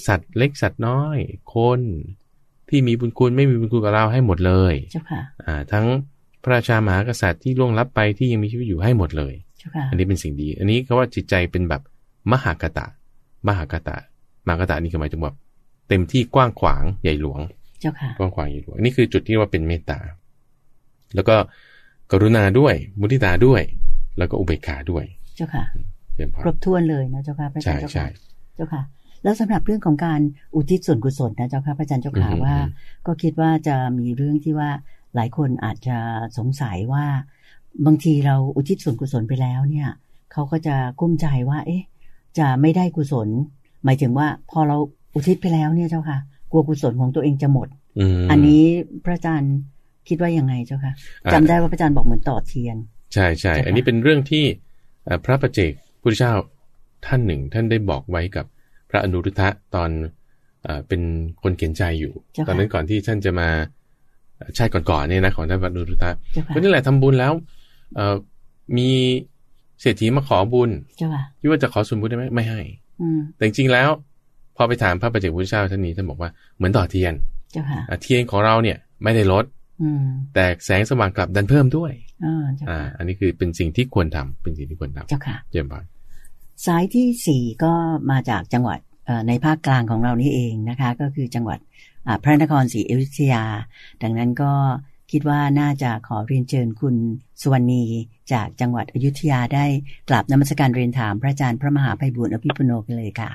[SPEAKER 1] สัตว์เล็กสัตว์น้อย คนที่มีบุญคุณไม่มีบุญคุณกับเราให้หมดเลย
[SPEAKER 2] เจ้าค่ะ
[SPEAKER 1] ทั้งพระราชามหากษัตริย์ที่ล่วงลับไปที่ยังมีชีวิตอยู่ให้หมดเลย
[SPEAKER 2] อั
[SPEAKER 1] นนี้เป็นสิ่งดี อันนี้เขาว่าจิตใจเป็นแบบมหากตะ มหากตะ มหากตะนี่คือหมายถึงแบบเต็มที่กว้างขวางใหญ่หลวง
[SPEAKER 2] เจ้าค่ะ
[SPEAKER 1] กว้างขวางใหญ่หลวง นี่คือจุดที่ว่าเป็นเมตตา แล้วก็กรุณาด้วย มุทิตาด้วย แล้วก็อุเบกขาด้วย
[SPEAKER 2] เจ้าค่ะ ครบถ้วนเลยนะเจ้าค่ะพระอาจารย์เจ้าค่ะเจ้าค่ะแล้วสำหรับเรื่องของการอุทิศส่วนกุศลนะเจ้าค่ะพระอาจารย์เจ้าค่ะว่า ก็คิดว่าจะมีเรื่องที่ว่าหลายคนอาจจะสงสัยว่า บางทีเราอุทิศส่วนกุศลไปแล้วเนี่ยเขาก็จะกุ้มใจว่า เอ๊ะ จะไม่ได้กุศล หมายถึงว่าพอเราอุทิศไปแล้วเนี่ยเจ้าค่ะ กลัวกุศลของตัวเองจะหมดอันนี้พระอาจารย์คิดว่ายังไงเจ้าค่ะ จำได้ว่าพระอาจารย์บอกเหมือนต่อเทียน
[SPEAKER 1] ใช่ใช่อันนี้เป็นเรื่องที่พระประเจกพุทธเจ้าท่านหนึ่ง ท่านได้บอกไว้กับพระอนุรุทธะตอนเป็นคนเขียนใจอยู่ ตอนนั้นก่อนที่ท่านจะมาชาติก่อนๆเนี่ยนะของท่านพระอนุรุทธะก็นี่แหละทำบุญแล้วเอมีเศรษฐีมาขอบุญคิดว่าจะขอส่วนบุญได้ไหมไม่ให้แต่จริงๆแล้ว พอไปถามพระประเจกพุทธเจ้าท่านนี้ท่านบอกว่าเหมือนต่อเทียนเทียนของเราเนี่ยไม่ได้ลดแต่แสงสว่างกลับดันเพิ่มด้วย
[SPEAKER 2] อ่า
[SPEAKER 1] อันนี้คือเป็นสิ่งที่ควรทำเป็นสิ่งที่ควรทำ
[SPEAKER 2] เจ้าค่ะ
[SPEAKER 1] เยี่ยมมาก
[SPEAKER 2] สายที่สี่ก็มาจากจังหวัดในภาคกลางของเรานี่เองนะคะ ก็คือจังหวัดพระนครศรีอยุธยา ดังนั้นก็คิดว่าน่าจะขอเรียนเชิญคุณสุวรรณีจากจังหวัดอยุธยาได้กลับนมัสการเรียนถามพระอาจารย์พระมหาไพบุญอภิปุโนกันเลยค่ะ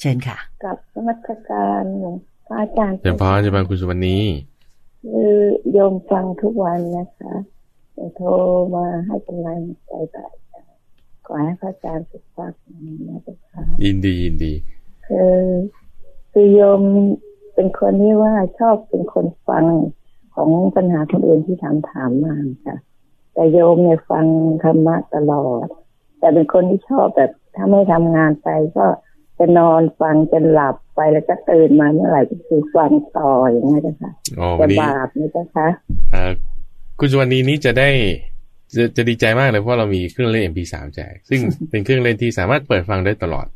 [SPEAKER 2] เชิญค่ะ
[SPEAKER 6] กลับนมัสการหลวงพระอาจารย์
[SPEAKER 1] เจ้าพ่อเจ้าพ่อคุณสุวรรณี
[SPEAKER 6] คือโยมฟังทุกวันนะคะโทรมาให้กำลังใจพระขอให้พระอาจารย์สุขภาพดีนะเจ้าค่ะ
[SPEAKER 1] ยินดียินดี
[SPEAKER 6] คือคือโยมเป็นคนที่ว่าชอบเป็นคนฟังของปัญหาคนอื่นที่ถามถามมาค่ะ แต่โยมเนี่ยฟังธรรมะตลอด แต่เป็นคนที่ชอบแบบถ้าไม่ทำงานไปก็จะนอนฟังจนหลับไปแล้วก็ตื่นมาเมื่อไหร่ก็คือฟังต่ออย่างนี้นะคะจะบาปไหมเจ้าคะ
[SPEAKER 1] คุณสุวรรณีนี้จะได้จะจะดีใจมากเลยเพราะเรามีเครื่องเล่น MP3 แจก ซึ่งเป็นเครื่องเล่นที่สามารถเปิดฟังได้ตลอด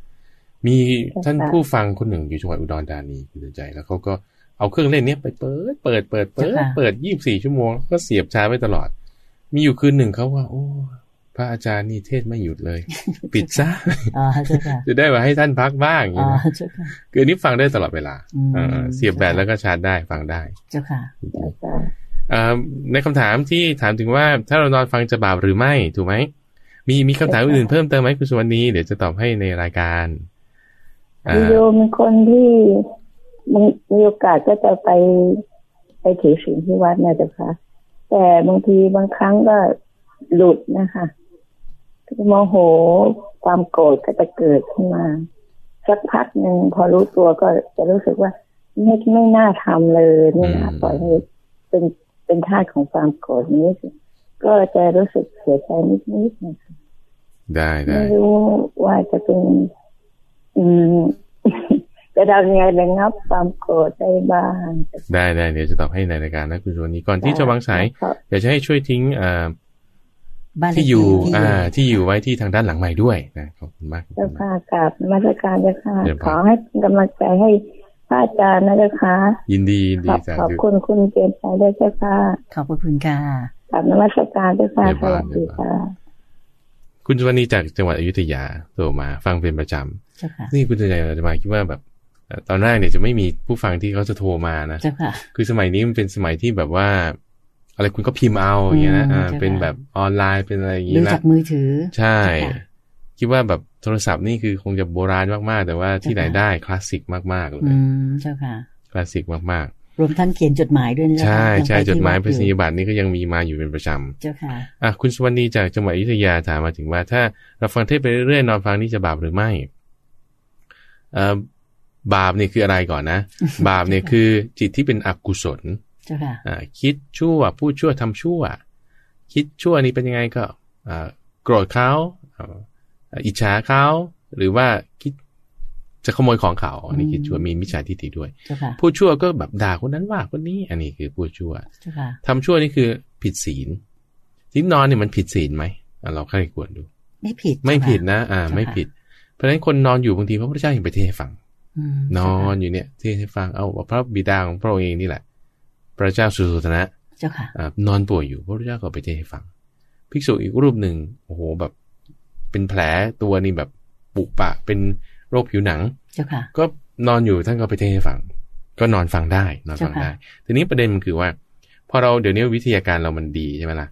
[SPEAKER 1] มีท่านผู้ฟังคนหนึ่งอยู่จังหวัดอุดรธานีคุณใจ แล้วเขาก็เอาเครื่องเล่นเนี้ยไปเปิด เปิดเปิดเปิดเปิดยี่บสี่ชั่วโมงก็เสียบชาไว้ตลอด มีอยู่คืนหนึ่งเขาว่า โอ้ พระอาจารย์นี่เทศไม่หยุดเลย ปิดซะ จะได้มาให้ท่านพักบ้างอย่างนี้ นะคือนี้ฟังได้ตลอดเวลาเสียบแบตแล้วก็ชาร์จได้ฟังได้
[SPEAKER 2] เจ้าค่ะ
[SPEAKER 1] ในคำถามที่ถามถึงว่าถ้าเรานอนฟังจะบาปหรือไม่ถูกไหมมีมีคำถามอื่นเพิ่มเติมไหมคุณสุวรรณีเดี๋ยวจะตอบให้ในรายการ
[SPEAKER 6] โยมคนที่มีโอกาสก็จะไปไปถือศีลที่วัดนะเจ้าค่ะแต่บางทีบางครั้งก็หลุดนะคะโมโหความโกรธก็จะเกิดขึ้นมา สักพักหนึ่งพอรู้ตัวก็จะรู้สึกว่าไม่ไม่น่าทำเลยไม่น่าปล่อยให้เป็นเป็นท่าของความโกรธนี้ ก็จะรู้สึกเสียใจนิดนิดนะคะ
[SPEAKER 1] ได้ได้ไม่
[SPEAKER 6] รู้ว่าจะเป็น อืม จะทำยังไงระงับความโกรธได้บ้าง
[SPEAKER 1] ได้ได้เดี๋ยวจะตอบให้ในรายการนะคุณชวนนี้ก่อนที่จะวางสายอยากจะให้ช่วยทิ้ง
[SPEAKER 2] บ้านเลข
[SPEAKER 1] ที่อยู่
[SPEAKER 2] ที่
[SPEAKER 1] อ่า ที่อยู่ไว้ที่ทางด้านหลังใหม่ด้วยนะขอบคุณมากขอบคุ
[SPEAKER 6] เจ้า
[SPEAKER 1] ณมาก
[SPEAKER 6] ค่ะกราบนมาตรการเจ้าค่ะ
[SPEAKER 1] เดี๋ยวค
[SPEAKER 6] ข
[SPEAKER 1] รับ
[SPEAKER 6] อให้เป็นกำลังใจให้พระอาจารย์นะเจ้าค่ะ
[SPEAKER 1] ยินดียิน
[SPEAKER 6] ข
[SPEAKER 1] ดี
[SPEAKER 6] อบ
[SPEAKER 1] สา
[SPEAKER 6] ขอบ
[SPEAKER 1] ธุ
[SPEAKER 6] คุณคุณเจนใจด้วยเจ้าค่ะ
[SPEAKER 2] ขอบพระคุณค่ะ
[SPEAKER 6] กราบนมัสการเจ้าค่ะ
[SPEAKER 1] เดี๋ยว
[SPEAKER 6] ส
[SPEAKER 1] บ้าน
[SPEAKER 6] วัสดี
[SPEAKER 1] เดี๋ยวบ้า
[SPEAKER 6] ค่ะ
[SPEAKER 1] น คุณสุวรรณีจากจังหวัดอยุธยาโทรมาฟังเป็นประจ
[SPEAKER 2] เจ้าค่ะ
[SPEAKER 1] ำนี่คุณสุวรรณีจะมาคิดว่าแบบเอ่อตอนแรกเนี่ยจะไม่มีผู้ฟังที่เขาจะโทรมานะ
[SPEAKER 2] เจ้าค่ะ
[SPEAKER 1] คือสมัยนี้มันเป็นสมัยที่แบบว่า อะไรคุณก็พิมพ์เอาอย่างเงี้ยนะ
[SPEAKER 2] อืม
[SPEAKER 1] อ่า
[SPEAKER 2] ใช่ไหม
[SPEAKER 1] เป็นแบบออนไลน์เป็นอะไรอย่าง
[SPEAKER 2] ดู
[SPEAKER 1] งี้นะ
[SPEAKER 2] จากมือถือ
[SPEAKER 1] ใช่
[SPEAKER 2] จ้ะค่ะ
[SPEAKER 1] คิดว่าแบบโทรศัพท์นี่คือคงจะโบราณมากๆ แต่ว่าที่
[SPEAKER 2] จ้ะ
[SPEAKER 1] ไหน
[SPEAKER 2] ค่ะ
[SPEAKER 1] ได้คลาสสิกมากๆเลย
[SPEAKER 2] อืมเจ้าค่ะ
[SPEAKER 1] คลาสสิกมาก
[SPEAKER 2] รวมทั้งเขียนจดหมายด้วยนะ
[SPEAKER 1] ๆ
[SPEAKER 2] เจ้า
[SPEAKER 1] ใช่
[SPEAKER 2] ค่ะ
[SPEAKER 1] ใช่จดหมายไปร
[SPEAKER 2] ง
[SPEAKER 1] ษ
[SPEAKER 2] ที่
[SPEAKER 1] ณีย
[SPEAKER 2] วั
[SPEAKER 1] บัต
[SPEAKER 2] ดอ
[SPEAKER 1] รนี่ก็ยังมีมาอยู่เป็นประจำ
[SPEAKER 2] เจ้าค่ะ
[SPEAKER 1] อ่ะคุณสุวรรณีจากจังหวัดอยุธยาถามมาถึงว่า ถ้าเราฟังเทศไปเรื่อยๆนอนฟังนี่จะบาปหรือไม่เอ่อบาปเนี่ยคืออะไรก่อนนะ บาปเนี่ยคือจิตที่เป็นอกุศล
[SPEAKER 2] เจ้าค่ะ
[SPEAKER 1] อ่าคิดชั่วพูดชั่วทำชั่ว คิดชั่วนี่เป็นยังไงก็อ่าโกรธเขาอ่าอิจฉาเขาหรือว่าคิดจะขโมยของเขาอันนี้คิดชั่วมีมิจฉาทิฏฐิด้วย
[SPEAKER 2] เจ้าค่ะ
[SPEAKER 1] พูดชั่วก็แบบด่าคนนั้นว่าคนนี้ อันนี้คือพูดชั่ว
[SPEAKER 2] เจ้าค่ะ
[SPEAKER 1] ทำชั่วนี่คือผิดศีลที่นอนเนี่ยมันผิดศีลไหมอ่ะเราใครควรดู
[SPEAKER 2] ไม่ผิดเจ้าค่ะ
[SPEAKER 1] ไม่ผิดนะ อ่า
[SPEAKER 2] เจ้าค่ะ
[SPEAKER 1] ไม่ผิด เพราะฉะนั้นคนนอนอยู่บางทีพระพุทธเจ้ายังไปเทศน์ให้ฟัง
[SPEAKER 2] อืม
[SPEAKER 1] น
[SPEAKER 2] เจ้า
[SPEAKER 1] อ
[SPEAKER 2] ค่ะ
[SPEAKER 1] นอยู่เนี่ยเทศน์ให้ฟังเอาพระบิดาของพระองค์เองนี่แหละ พระเจ้าสุสุธนะ
[SPEAKER 2] เจ้าค่ะ
[SPEAKER 1] อ่านอนป่วยอยู่พระพุทธเจ้าก็ไปเทศน์ให้ฟัง ภิกษุอีกรูปหนึ่งโอ้โหแบบ เป็นแผลตัวนี่แบบปุปะเป็นโรคผิวหนัง
[SPEAKER 2] เจ้าค่ะ
[SPEAKER 1] ก็นอนอยู่ท่านก็ไปเทศให้ฟัง ก็นอนฟังได้นอนฟังได้
[SPEAKER 2] เจ้าค่ะ
[SPEAKER 1] ทีนี้ประเด็นมันคือว่า พอเราเดี๋ยวนี้วิทยาการเรามันดีใช่ไหมล่ะ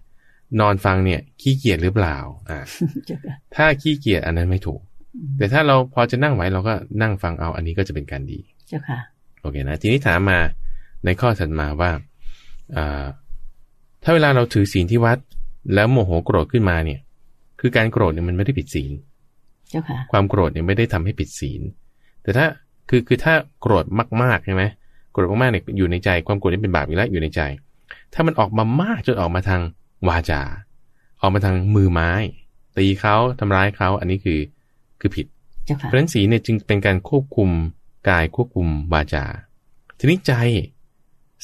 [SPEAKER 1] นอนฟังเนี่ยขี้เกียจหรือเปล่าอ่า
[SPEAKER 2] เจ้าค่ะ
[SPEAKER 1] ถ้าขี้เกียจอันนั้นไม่ถูก
[SPEAKER 2] อืม
[SPEAKER 1] แต่ถ้าเราพอจะนั่งไหวเราก็นั่งฟังเอาอันนี้ก็จะเป็นการดี
[SPEAKER 2] เจ้าค่ะ
[SPEAKER 1] โอเคนะ ทีนี้ถามมาในข้อถัดมาว่าอ่าถ้าเวลาเราถือศีลที่วัด แล้วโมโหโกรธขึ้นมาเนี่ย คือการโกรธเนี่ยมันไม่ได้ผิดศีล
[SPEAKER 2] เจ้าค่ะ
[SPEAKER 1] ความโกรธเนี่ยไม่ได้ทำให้ผิดศีล แต่ถ้าคือคือถ้าโกรธมากๆใช่ไหมโกรธมากๆเนี่ยอยู่ในใจความโกรธนี่เป็นบาปอยู่แล้วอยู่ในใจ ถ้ามันออกมามากจนออกมาทางวาจา ออกมาทางมือไม้ ตีเขาทำร้ายเขาอันนี้คือคือผิด
[SPEAKER 2] เจ้าค่ะ
[SPEAKER 1] เพราะฉะนั้นศีลเนี่ยจึงเป็นการควบคุมกายควบคุมวาจา ทีนี้ใจ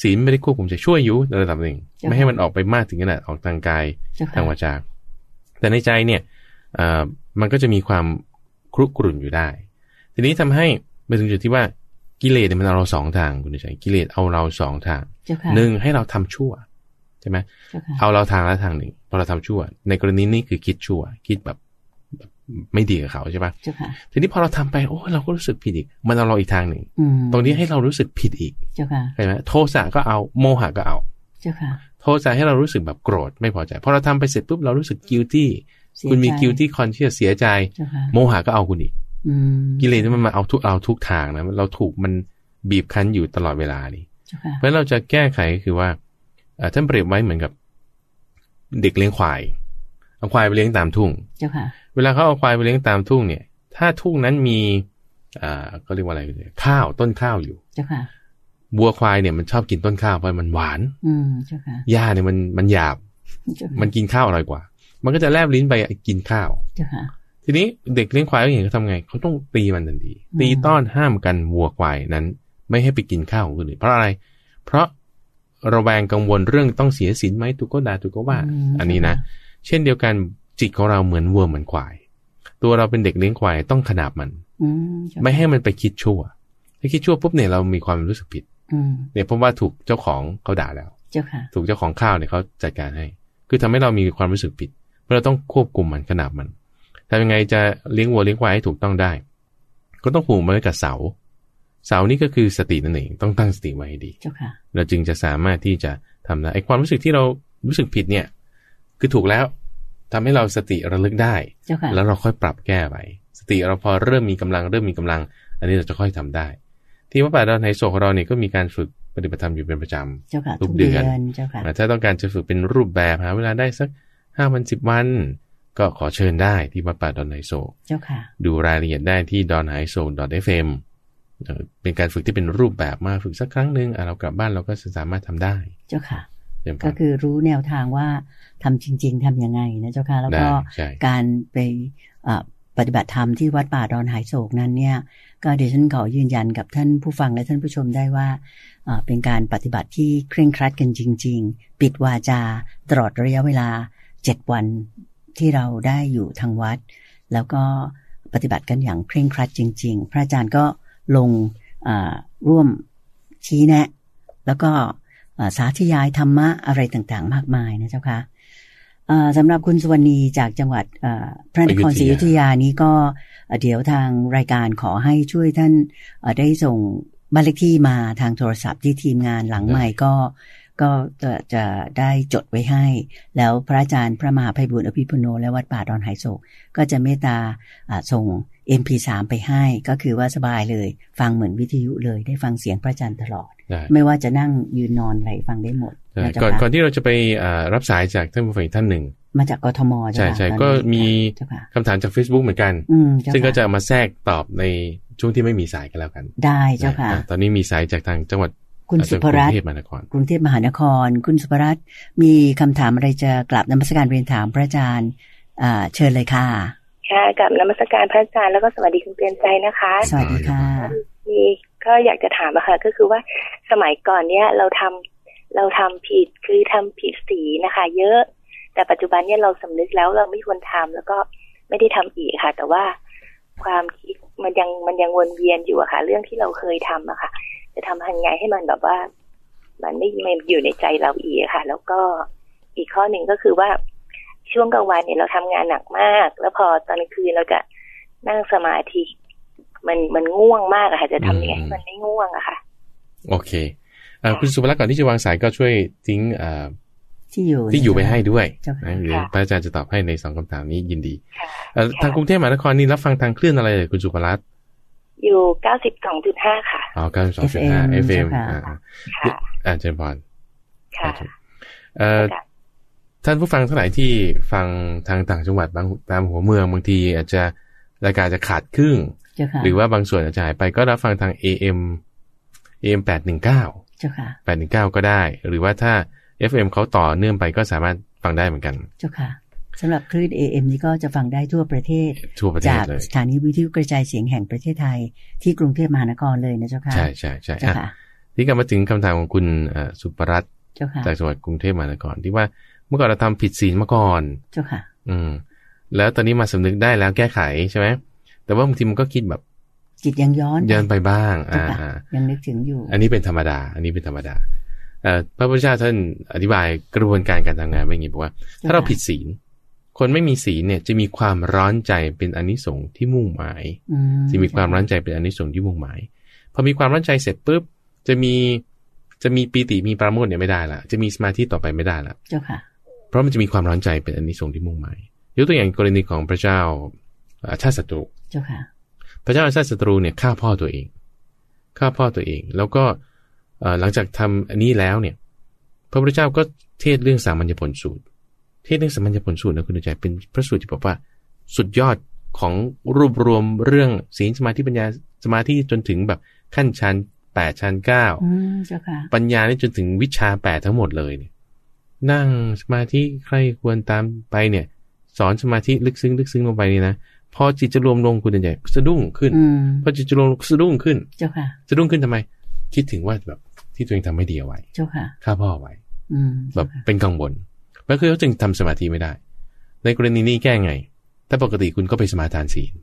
[SPEAKER 1] ศีลไม่ได้ควบคุมใจช่วยอยู่ในระดับหนึ่ง
[SPEAKER 2] เจ้าค่ะ
[SPEAKER 1] ไม่ให้มันออกไปมากถึงขนาดออกทางกาย
[SPEAKER 2] เจ้าค่ะ
[SPEAKER 1] ทางวาจา แต่ในใจเนี่ยเอ่อมันก็จะมีความครุกรุ่นอยู่ได้ ทีนี้ทำให้มาถึงจุดที่ว่ากิเลสเนี่ยมันเอาเราสองทางคุณผู้ชมกิเลสเอาเราสองทาง
[SPEAKER 2] เจ้าค่ะ
[SPEAKER 1] หนึ่งให้เราทำชั่วใช่ไหม
[SPEAKER 2] เจ้าค่ะ
[SPEAKER 1] เอาเราทางละทางหนึ่งพอเราทำชั่ว ในกรณีนี้คือคิดชั่ว คิดแบบแบบไม่ดีกับเขาใช่ปะ
[SPEAKER 2] เจ้าค่ะ
[SPEAKER 1] ทีนี้พอเราทำไปโอ้ยเราก็รู้สึกผิดอีก มันเอาเราอีกทางหนึ่ง
[SPEAKER 2] อืม
[SPEAKER 1] ตรงนี้ให้เรารู้สึกผิดอีก
[SPEAKER 2] เจ้าค่ะ
[SPEAKER 1] ใช่ไหมโทสะก็เอาโมหะก็เอา
[SPEAKER 2] เจ้าค่ะ
[SPEAKER 1] โทษใจให้เรารู้สึกแบบโกรธไม่พอใจพอเราทำไปเสร็จปุ๊บเรารู้สึก guilty
[SPEAKER 2] เสีย
[SPEAKER 1] คุณมี
[SPEAKER 2] ใจ
[SPEAKER 1] guilty conscious เสียใจ
[SPEAKER 2] เจ้าค่ะ
[SPEAKER 1] โมหะก็เอาคุณอีก
[SPEAKER 2] อืม
[SPEAKER 1] กิเลสนี่มันมาเอาทุกเอาทุกทางนะเราถูกมันบีบคั้นอยู่ตลอดเวลานี่
[SPEAKER 2] เจ้าค่ะ
[SPEAKER 1] เพราะฉะนั้นเราจะแก้ไขก็คือว่าเอ่อท่านเปรียบไว้เหมือนกับ เด็กเลี้ยงควายเอาควายไปเลี้ยงตามทุ่ง
[SPEAKER 2] เจ้าค่ะ
[SPEAKER 1] เวลาเขาเอาควายไปเลี้ยงตามทุ่งเนี่ย ถ้าทุ่งนั้นมีอ่าก็เรียกว่าอะไรข้าวต้นข้าวอยู่
[SPEAKER 2] เจ้าค่ะ
[SPEAKER 1] บัวควายเนี่ยมันชอบกินต้นข้าวเพราะมันหวาน
[SPEAKER 2] อืมเจ้าค่ะ
[SPEAKER 1] หญ้าเนี่ยมันมันหยาบ
[SPEAKER 2] เจ้าค่ะ
[SPEAKER 1] มันกินข้าวอร่อยกว่า มันก็จะแลบลิ้นไปกินข้าว
[SPEAKER 2] เจ้าค่ะ
[SPEAKER 1] ทีนี้เด็กเลี้ยงควายก็เห็นเขาทำไง เขาต้องตีมันทันที
[SPEAKER 2] อืม
[SPEAKER 1] ตีต้อนห้ามกันวัวควายนั้น ไม่ให้ไปกินข้าวของคนอื่น เพราะอะไร เพราะระแวงกังวลเรื่องต้องเสียสินไหมถูกก็ด่าถูกก็ว่า
[SPEAKER 2] ม
[SPEAKER 1] อันนี้นะ เช่นเดียวกันจิตของเราเหมือนวัวเหมือนควาย ตัวเราเป็นเด็กเลี้ยงควายต้องขนาบมัน
[SPEAKER 2] อืมเจ้าค่ะ
[SPEAKER 1] ไม่ให้มันไปคิดชั่ว ถ้าคิดชั่วปุ๊บเนี่ยเรามีความรู้สึกผิด
[SPEAKER 2] อืม
[SPEAKER 1] เนี่ยเพราะว่าถูกเจ้าของเขาด่าแล้ว
[SPEAKER 2] เจ้าค่ะ
[SPEAKER 1] ถูกเจ้าของข้าวเนี่ยเขาจัดการให้ คือทำให้เรามีความรู้สึกผิด เพราะเราต้องควบคุมมันขนาบมันทำยังไงจะเลี้ยงวัวเลี้ยงควายให้ถูกต้องได้ ก็ต้องผูกมันไว้กับเสา เสานี่ก็คือสตินั่นเอง ต้องตั้งสติไว้ให้ดี
[SPEAKER 2] เจ้าค่ะ
[SPEAKER 1] เราจึงจะสามารถที่จะทำได้ไอ้ความรู้สึกที่เรารู้สึกผิดเนี่ย คือถูกแล้วทำให้เราสติระลึกได้
[SPEAKER 2] เจ้าค่ะ
[SPEAKER 1] แล้วเราค่อยปรับแก้ไป สติเราพอเริ่มมีกำลังเริ่มมีกำลัง อันนี้เราจะค่อยทำได้ ที่วัดป่าดอนไหโศกของเราเนี่ยก็มีการฝึกปฏิบัติธรรมอยู่เป็นประจำ
[SPEAKER 2] เจ้าค่ะ
[SPEAKER 1] ทุ
[SPEAKER 2] ทุ
[SPEAKER 1] ก
[SPEAKER 2] ก
[SPEAKER 1] เดื
[SPEAKER 2] เดื
[SPEAKER 1] อ
[SPEAKER 2] อน น เจ้าค่ะ
[SPEAKER 1] อ่าถ้าต้องการจะฝึกเป็นรูปแบบหาเวลาได้สักห้าวันสิบวัน ก็ขอเชิญได้ที่วัดป่าดอนไหโศก
[SPEAKER 2] เจ้าค่ะ
[SPEAKER 1] ดูรายละเอียดได้ที่ d o n h a i s o f m เป็นการฝึกที่เป็นรูปแบบมาฝึกสักครั้งหนึ่งอ่ะเรากลับบ้านเราก็สามารถทำได้
[SPEAKER 2] เจ้าค่ะ
[SPEAKER 1] เดี๋ยว
[SPEAKER 2] ก็คือรู้แนวทางว่าทำจริง ๆทำยังไงนะเจ้าค่ะ แล้ว
[SPEAKER 1] ได้
[SPEAKER 2] ก็
[SPEAKER 1] ใช่
[SPEAKER 2] การไปเอ่อปฏิบัติธรรมที่วัดป่าดอนหายโศกนั้นเนี่ย ก็เดี๋ยวฉันขอยืนยันกับท่านผู้ฟังและท่านผู้ชมได้ว่าเอ่อเป็นการปฏิบัติที่เคร่งครัดกันจริง ๆ ปิดวาจาตลอดระยะเวลาเจ็ดวัน ที่เราได้อยู่ทางวัด แล้วก็ปฏิบัติกันอย่างเคร่งครัดจริง ๆ พระอาจารย์ก็ลงร่วมชี้แนะ แล้วก็สาธยายธรรมะอะไรต่างๆ มากมายนะเจ้าค่ะสำหรับคุณสุวรรณีจากจังหวัดพระนครศรีอยุธยานี้ก็เดี๋ยวทางรายการขอให้ช่วยท่านได้ส่งบ้านเลขที่มาทางโทรศัพท์ที่ทีมงานหลังใหม่ก็ก็จะจะได้จดไว้ให้ แล้วพระอาจารย์พระมหาภัยบุญอภิปุโน และวัดป่าดอนไหโศก ก็จะเมตตาส่ง MP3 ไปให้ ก็คือว่าสบายเลย ฟังเหมือนวิทยุเลยได้ฟังเสียงพระอาจารย์ตลอด ไม่ว่าจะนั่งยืนนอนไหลฟังได้หมด
[SPEAKER 1] ก่อนก่อนที่เราจะไปรับสายจากท่านผู้ฟังท่านหนึ่ง
[SPEAKER 2] มาจากกทม
[SPEAKER 1] ใช่ใช่ก็มีคำถามจาก Facebook เหมือนกัน ซึ่งก็จะมาแทรกตอบในช่วงที่ไม่มีสายกันแล้วกัน
[SPEAKER 2] ได้เจ้าค่ะ
[SPEAKER 1] ตอนนี้มีสายจากทางจังหวัด
[SPEAKER 2] คุณสุภรัตน์กรุงเทพมหานคร คุณสุภรัตน์มีคำถามอะไรจะกลับนมัสการเรียนถามพระอาจารย์เชิญเลยค่ะ
[SPEAKER 7] ค่ะกับนมัสการพระอาจารย์แล้วก็สวัสดีคุณเตือนใจนะคะ
[SPEAKER 2] สวัสดีค่ะ
[SPEAKER 7] มีก็อยากจะถามอะค่ะก็คือว่าสมัยก่อนเนี้ยเราทำเราทำผิดคือทำผิดสีนะคะ เยอะ แต่ปัจจุบันเนี่ยเราสำนึกแล้วเราไม่ควรทำแล้วก็ไม่ได้ทำอีกค่ะ แต่ว่าความคิดมันยังมันยังวนเวียนอยู่อะค่ะ เรื่องที่เราเคยทำอะค่ะจะทำยังไงให้มันแบบว่า มันไม่ไม่อยู่ในใจเราอีกค่ะ แล้วก็อีกข้อหนึ่งก็คือว่าช่วงกลางวันเนี่ยเราทำงานหนักมาก แล้วพอตอนกลางคืนเราจะนั่งสมาธิมันมันง่วงมากอะค่ะ จะทำยังไงให้มันไม่ง่วงอะค่ะ
[SPEAKER 1] โอเคอคุณสุภลักษณ์ก่อนที่จะวางสายก็ช่วยทิ้งอ
[SPEAKER 2] ที่อยู่
[SPEAKER 1] ที่อยู่ไปให้ด้วยหรือพระอาจารย์จะตอบให้ในสองคำถามนี้ยินดีทางกรุงเทพมหานครนี่รับฟังทางคลื่นอะไรเลยคุณสุภลักษณ์
[SPEAKER 7] อยู่เก้าสิบสองจุดห้าค่ะ อ๋อเก้าสิบสองจุดห้า
[SPEAKER 1] เอฟเอ็ม
[SPEAKER 7] ค่ะ
[SPEAKER 1] อ่าเจมพร
[SPEAKER 7] ค่ะ
[SPEAKER 1] ท่านผู้ฟังท่านไหนที่ฟังทางต่างจังหวัดบางตามหัวเมืองบางทีอาจจะรายการจะขาดครึ่ง หรือว่าบางส่วนอาจจะหายไปก็รับฟังทาง AM AM แปดหนึ่งเก้าแปดหนึ่งเก้าก็ได้ หรือว่าถ้า FM เขาต่อเนื่องไปก็สามารถฟังได้เหมือนกัน
[SPEAKER 2] เจ้าค่ะสำหรับคลื่น AM นี้ก็จะฟังได้ทั่วประเทศ
[SPEAKER 1] ทั่วประเทศ
[SPEAKER 2] จากสถานีวิทยุกระจายเสียงแห่งประเทศไทย ที่กรุงเทพมหานครเลยนะเจ้าค่ะ
[SPEAKER 1] ใช่ใช่ใช่ค่ะที่กลับมาถึงคำถามของคุณสุปรัตน์จากจังหวัดกรุงเทพมหานครที่ว่าเมื่อก่อนเราทำผิดศีลมาก่อน
[SPEAKER 2] เจ้าค่ะ
[SPEAKER 1] อืม แล้วตอนนี้มาสำนึกได้แล้วแก้ไขใช่ไหมแต่ว่าบางทีมันก็คิดแบบ
[SPEAKER 2] จิตยังย้อน
[SPEAKER 1] ย้อนไปบ้าง อ่า
[SPEAKER 2] ยังนึกถึงอยู่
[SPEAKER 1] อันนี้เป็นธรรมดา อันนี้เป็นธรรมดาพระพุทธเจ้าท่านอธิบายกระบวนการการทำงานไว้อย่างนี้บอกว่า ถ้าเราผิดศีลคนไม่มีศีลเนี่ยจะมีความร้อนใจเป็นอนิสงส์ที่มุ่งหมาย จะมีความร้อนใจเป็นอนิสงส์ที่มุ่งหมาย พอมีความร้อนใจเสร็จปุ๊บจะมีจะมีปีติมีปราโมทเนี่ยไม่ได้ละจะมีสมาธิต่อไปไม่ได้ละ
[SPEAKER 2] เจ้าค่ะ
[SPEAKER 1] เพราะมันจะมีความร้อนใจเป็นอนิสงส์ที่มุ่งหมายยกตัวอย่างกรณีของพระเจ้าชาติศัตรู
[SPEAKER 2] เจ้าค่ะ
[SPEAKER 1] พระเจ้าชาติศัตรูเนี่ยฆ่าพ่อตัวเองฆ่าพ่อตัวเอง แล้วก็หลังจากทำอันนี้แล้วเนี่ย พระพุทธเจ้าก็เทศเรื่องสามัญญผลสูตรเทศเรื่องสมัญญผลสูตรนะคุณใจเป็นพระสูตรที่บอกว่า สุดยอดของรวบรวมเรื่องศีลสมาธิปัญญาสมาธิจนถึงแบบขั้นชั้นแปดชั้นเก้าปัญญานี่จนถึงวิชาแปดทั้งหมดเลยเนี่ย นั่งสมาธิใครควรตามไปเนี่ย สอนสมาธิลึกซึ้งลึกซึ้งลงไปนี่นะพอจิตจะรวมลงคุณใหญ่สะดุ้งขึ้นพอจิตจะรวมสะดุ้งขึ้น
[SPEAKER 2] เจ้าค่ะ
[SPEAKER 1] สะดุ้งขึ้นทำไม คิดถึงว่าแบบที่ตัวเองทำไม่ดีเอาไว้
[SPEAKER 2] เจ้าค่ะ
[SPEAKER 1] ฆ่าพ่อไว้แบบเป็นกังวลแล้วคือเขาจึงทำสมาธิไม่ได้ ในกรณีนี้แก้ไง ถ้าปกติคุณก็ไปสมาทานศีล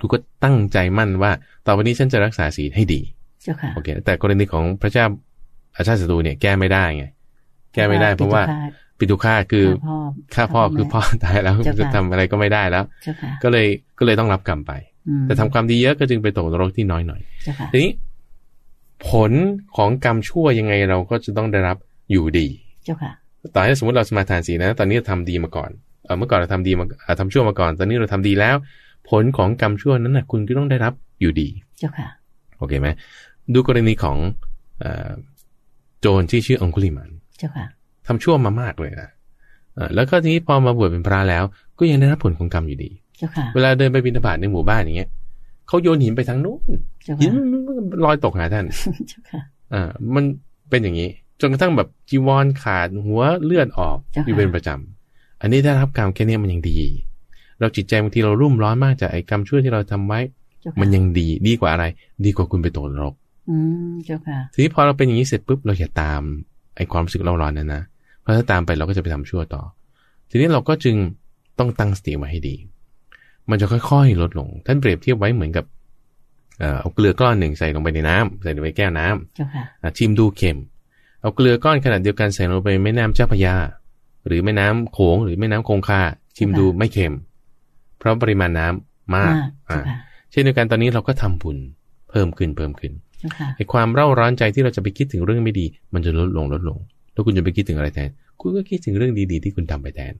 [SPEAKER 1] คุณก็ตั้งใจมั่นว่า ต่อไปนี้ฉันจะรักษาศีลให้ดี
[SPEAKER 2] เจ้าค่ะ
[SPEAKER 1] โอเค แต่กรณีของพระเจ้าอาชาติศัตรูเนี่ยแก้ไม่ได้ไง แก้ไม่ได้เพราะว่าปิตุฆาคือฆ่าพ่อคือพ่อตายแล้วจะทำอะไรก็ไม่ได้แล้ว ก็เลยก็เลยต้องรับกรรมไป แต่ทำความดีเยอะก็จึงไปตกนรกที่น้อยหน่อย ทีนี้ ผลของกรรมชั่วยังไงเราก็จะต้องได้รับอยู่ดี
[SPEAKER 2] เจ้าค่ะ
[SPEAKER 1] ต่อให้สมมติเราสมาทานศีลนะ ตอนนี้เราทำดีมาก่อนเออเมื่อก่อนเราทำดีมาทำชั่วมาก่อน ตอนนี้เราทำดีแล้ว ผลของกรรมชั่วนั้นนะคุณก็ต้องได้รับอยู่ดี
[SPEAKER 2] เจ้าค่ะ
[SPEAKER 1] โอเคไหมดูกรณีของอโจรที่ชื่อองคุลิมัน
[SPEAKER 2] เจ้าค่ะ
[SPEAKER 1] ทำชั่วมามากเลยนะแล้วก็ทีนี้พอมาบวชเป็นพระแล้ว ก็ยังได้รับผลของกรรมอยู่ดี
[SPEAKER 2] เจ้าค่ะ
[SPEAKER 1] เวลาเดินไปบิณฑบาตในหมู่บ้านอย่างเงี้ยเขาโยนหินไปทางนู้นหินลอยตกหาท่าน
[SPEAKER 2] เจ้าค่ะ
[SPEAKER 1] อ่า มันเป็นอย่างนี้จนกระทั่งแบบจีวรขาดหัวเลือดออกอยู่เป็นประจำ อันนี้ได้รับกรรมแค่นี้มันยังดี เราจิตใจบางทีเรารุ่มร้อนมากจากไอ้กรรมชั่วที่เราทำไว้ มันยังดีดีกว่าอะไร ดีกว่าคุณไปตกนรก
[SPEAKER 2] อืมเจ้าค่ะ
[SPEAKER 1] ทีนี้พอเราเป็นอย่างนี้เสร็จปุ๊บเราอย่าตามไอ้ความรู้สึกเราร้อนนั้นนะเพราะถ้าตามไปเราก็จะไปทำชั่วต่อ ทีนี้เราก็จึง ต้องตั้งสติมาให้ดี มันจะค่อยๆลดลง ท่านเปรียบเทียบไว้เหมือนกับเอาเกลือก้อนหนึ่งใส่ลงไปในน้ำ ใส่ลงไปแก้วน้ำชิมดูเค็ม เอาเกลือก้อนขนาดเดียวกันใส่ลงไปแม่น้ำเจ้าพยา หรือแม่น้ำโขงหรือแม่น้ำคงคาชิมดูไม่เค็ม เพราะปริมาณน้ำมากเช่นเดียวกันตอนนี้เราก็ทำบุญเพิ่มขึ้นเพิ่มขึ้นไอ้ความเร่าร้อนใจที่เราจะไปคิดถึงเรื่องไม่ดี มันจะลดลงลดลง แล้วคุณจะไปคิดถึงอะไรแทน คุณก็คิดถึงเรื่องดีๆที่คุณทำไปแทน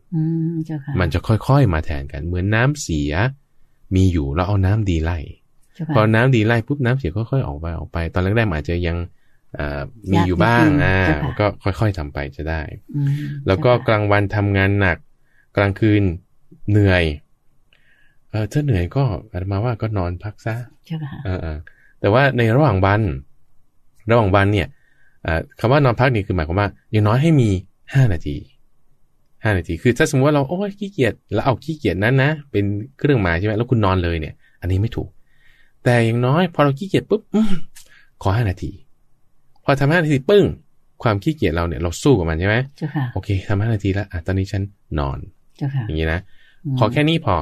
[SPEAKER 1] มันจะค่อยๆมาแทนกัน เหมือนน้ำเสีย มีอยู่เราเอาน้ำดีไล่พอน้ำดีไล่ปุ๊บน้ำเสียค่อยๆออกไปออกไป ตอนแรกๆอาจจะยังมีอยู่บ้างอ่าก็ค่อยๆทำไปจะได้ แล้วก็กลางวันทำงานหนัก กลางคืนเหนื่อยเออถ้าเหนื่อยก็อาตมาว่าก็นอนพักซะเออแต่ว่าในระหว่างวัน ระหว่างวันเนี่ยคำว่านอนพักนี่คือหมายความว่า อย่างน้อยให้มีห้านาทีห้านาที คือถ้าสมมติว่าเราโอ้ยขี้เกียจแล้วเอาขี้เกียจนั้นนะ เป็นเครื่องหมายใช่ไหมแล้วคุณนอนเลยเนี่ย อันนี้ไม่ถูกแต่อย่างน้อยพอเราขี้เกียจปุ๊บขอห้านาที พอทำห้านาทีปึ้ง ความขี้เกียจเราเนี่ยเราสู้กับมันใช่ไหม
[SPEAKER 2] เจ้าค่ะ
[SPEAKER 1] โอเคทำห้านาทีแล้วอ่ะตอนนี้ฉันนอน
[SPEAKER 2] เจ้าค่ะอย่าง
[SPEAKER 1] นี้นะขอแค่นี้พอ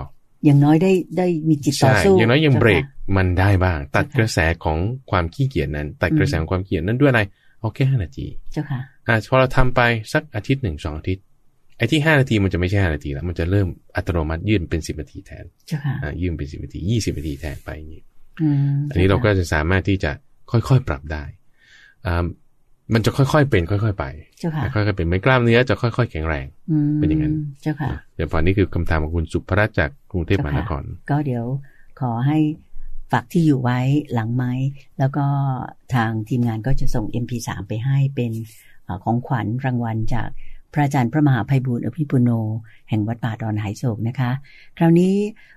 [SPEAKER 2] อย่างน้อยได้ได้มีจิตต่อสู้
[SPEAKER 1] อย่างน้อยยังเบรกมันได้บ้าง ตัดกระแสของความขี้เกียจนั้น ตัดกระแสของความเกียจนั้นด้วยอะไรเอาแค่ห้านาที
[SPEAKER 2] เจ้าค่ะ
[SPEAKER 1] อ่ะพอเราทำไปสักอาทิตย์หนึ่งสองอาทิตย์ไอ้ที่ห้านาทีมันจะไม่ใช่ห้านาทีแล้วมันจะเริ่มอัตโนมัติยืนเป็นสิบนาทีแทน
[SPEAKER 2] เจ้าค่ะ
[SPEAKER 1] ยืนเป็นสิบนาทียี่สิบนาทีแทนไปอย่างนี้อันนี้เราก็จะสามารถที่จะค่อยๆปรับได้ มันจะค่อยๆเป็นค่อยๆไป ค่อยๆเป็นเหมือนกล้ามเนื้อจะค่อยๆแข็งแรง เป็นอย่างนั้น
[SPEAKER 2] เจ้าค่ะ
[SPEAKER 1] เดี๋ยวพอนี้คือคำถามของคุณสุภรัชจากกรุงเทพมหานคร
[SPEAKER 2] ก็เดี๋ยวขอให้ฝากที่อยู่ไว้หลังไม้ แล้วก็ทางทีมงานก็จะส่ง MP3 ไปให้เป็นของขวัญรางวัลจากพระอาจารย์พระมหาภัยบุญอภิปุโน แห่งวัดป่าดอนหายโศกนะคะ คราวนี้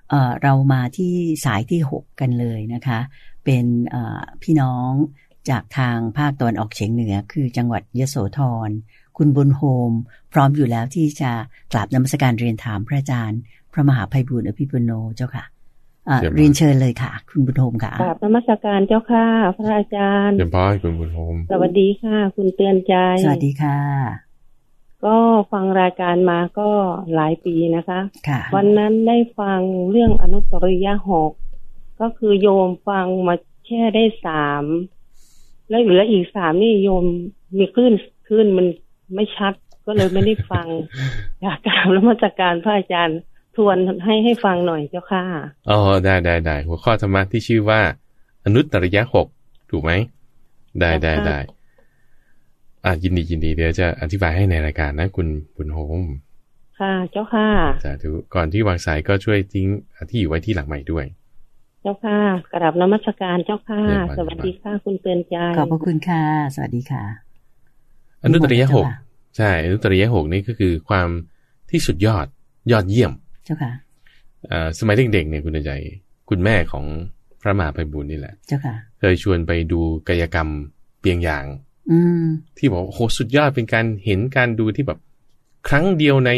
[SPEAKER 2] เเรามาที่สายที่ 6 กันเลยนะคะ เป็นพี่น้องจากทางภาคตอนออกเฉียงเหนือ คือจังหวัดยโสธร คุณบุญโฮม พร้อมอยู่แล้วที่จะกราบนมัสการเรียนถามพระอาจารย์ พระมหาภัยบุญอภิปุโนเจ้าค่ะะเรียนเชิญเลยค่ะ คุณบุญโฮมค่ะ
[SPEAKER 8] กราบนมัสการเจ้าค่ะ พระอาจารย์
[SPEAKER 1] เจ้าพ่อคุณบุญโฮม
[SPEAKER 8] สวัสดีค่ะ คุณเตือนใจ
[SPEAKER 2] สวัสดีค่ะ
[SPEAKER 8] ก็ฟังรายการมาก็หลายปีนะคะ
[SPEAKER 2] วัน
[SPEAKER 8] นั้นได้ฟังเรื่องอนุตริยะหกก็คือโยมฟังมาแค่ได้สามแล้วเหลืออีกสามนี่โยมมีคลื่นคลื่นมันไม่ชัดก็เลยไม่ได้ฟั ง อยากกราบแล้วมาจากการพระอาจารย์ทวนให้ให้ฟังหน่อยเจ้าค่ะ
[SPEAKER 1] อ๋อได้ได้ได้หัวข้อธรรมะที่ชื่อว่า อนุตริยะหกถูกไหมได้ได้ได้อ่ะยินดียินดีเดี๋ยวจะอธิบายให้ในรายการนะ คุณบุญโฮม
[SPEAKER 8] ค่ะ เจ้าค่ะ
[SPEAKER 1] สาธุก่อนที่วางสายก็ช่วยทิ้งที่อยู่ไว้ที่หลังใหม่ด้วย
[SPEAKER 8] เจ้าค่ะกราบนมัสการเจ้าค่ะ สวัสดีค่ะ คุณเตือนใจ
[SPEAKER 2] ขอบพระคุณค่ะ สวัสดีค่ะ
[SPEAKER 1] อนุตริยหกใช่อนุตริยหกนี่ก็คือความที่สุดยอดยอดเยี่ยม
[SPEAKER 2] เจ้าค่ะ
[SPEAKER 1] สมัยเด็กๆเนี่ยคุณใจ คุณแม่ของพระมหาไพบุญนี่แหละ
[SPEAKER 2] เจ้าค่ะ
[SPEAKER 1] เคยชวนไปดูกายกรรมเปียงยางที่บอกโหสุดยอดเป็นการเห็นการดูที่แบบครั้งเดียวใน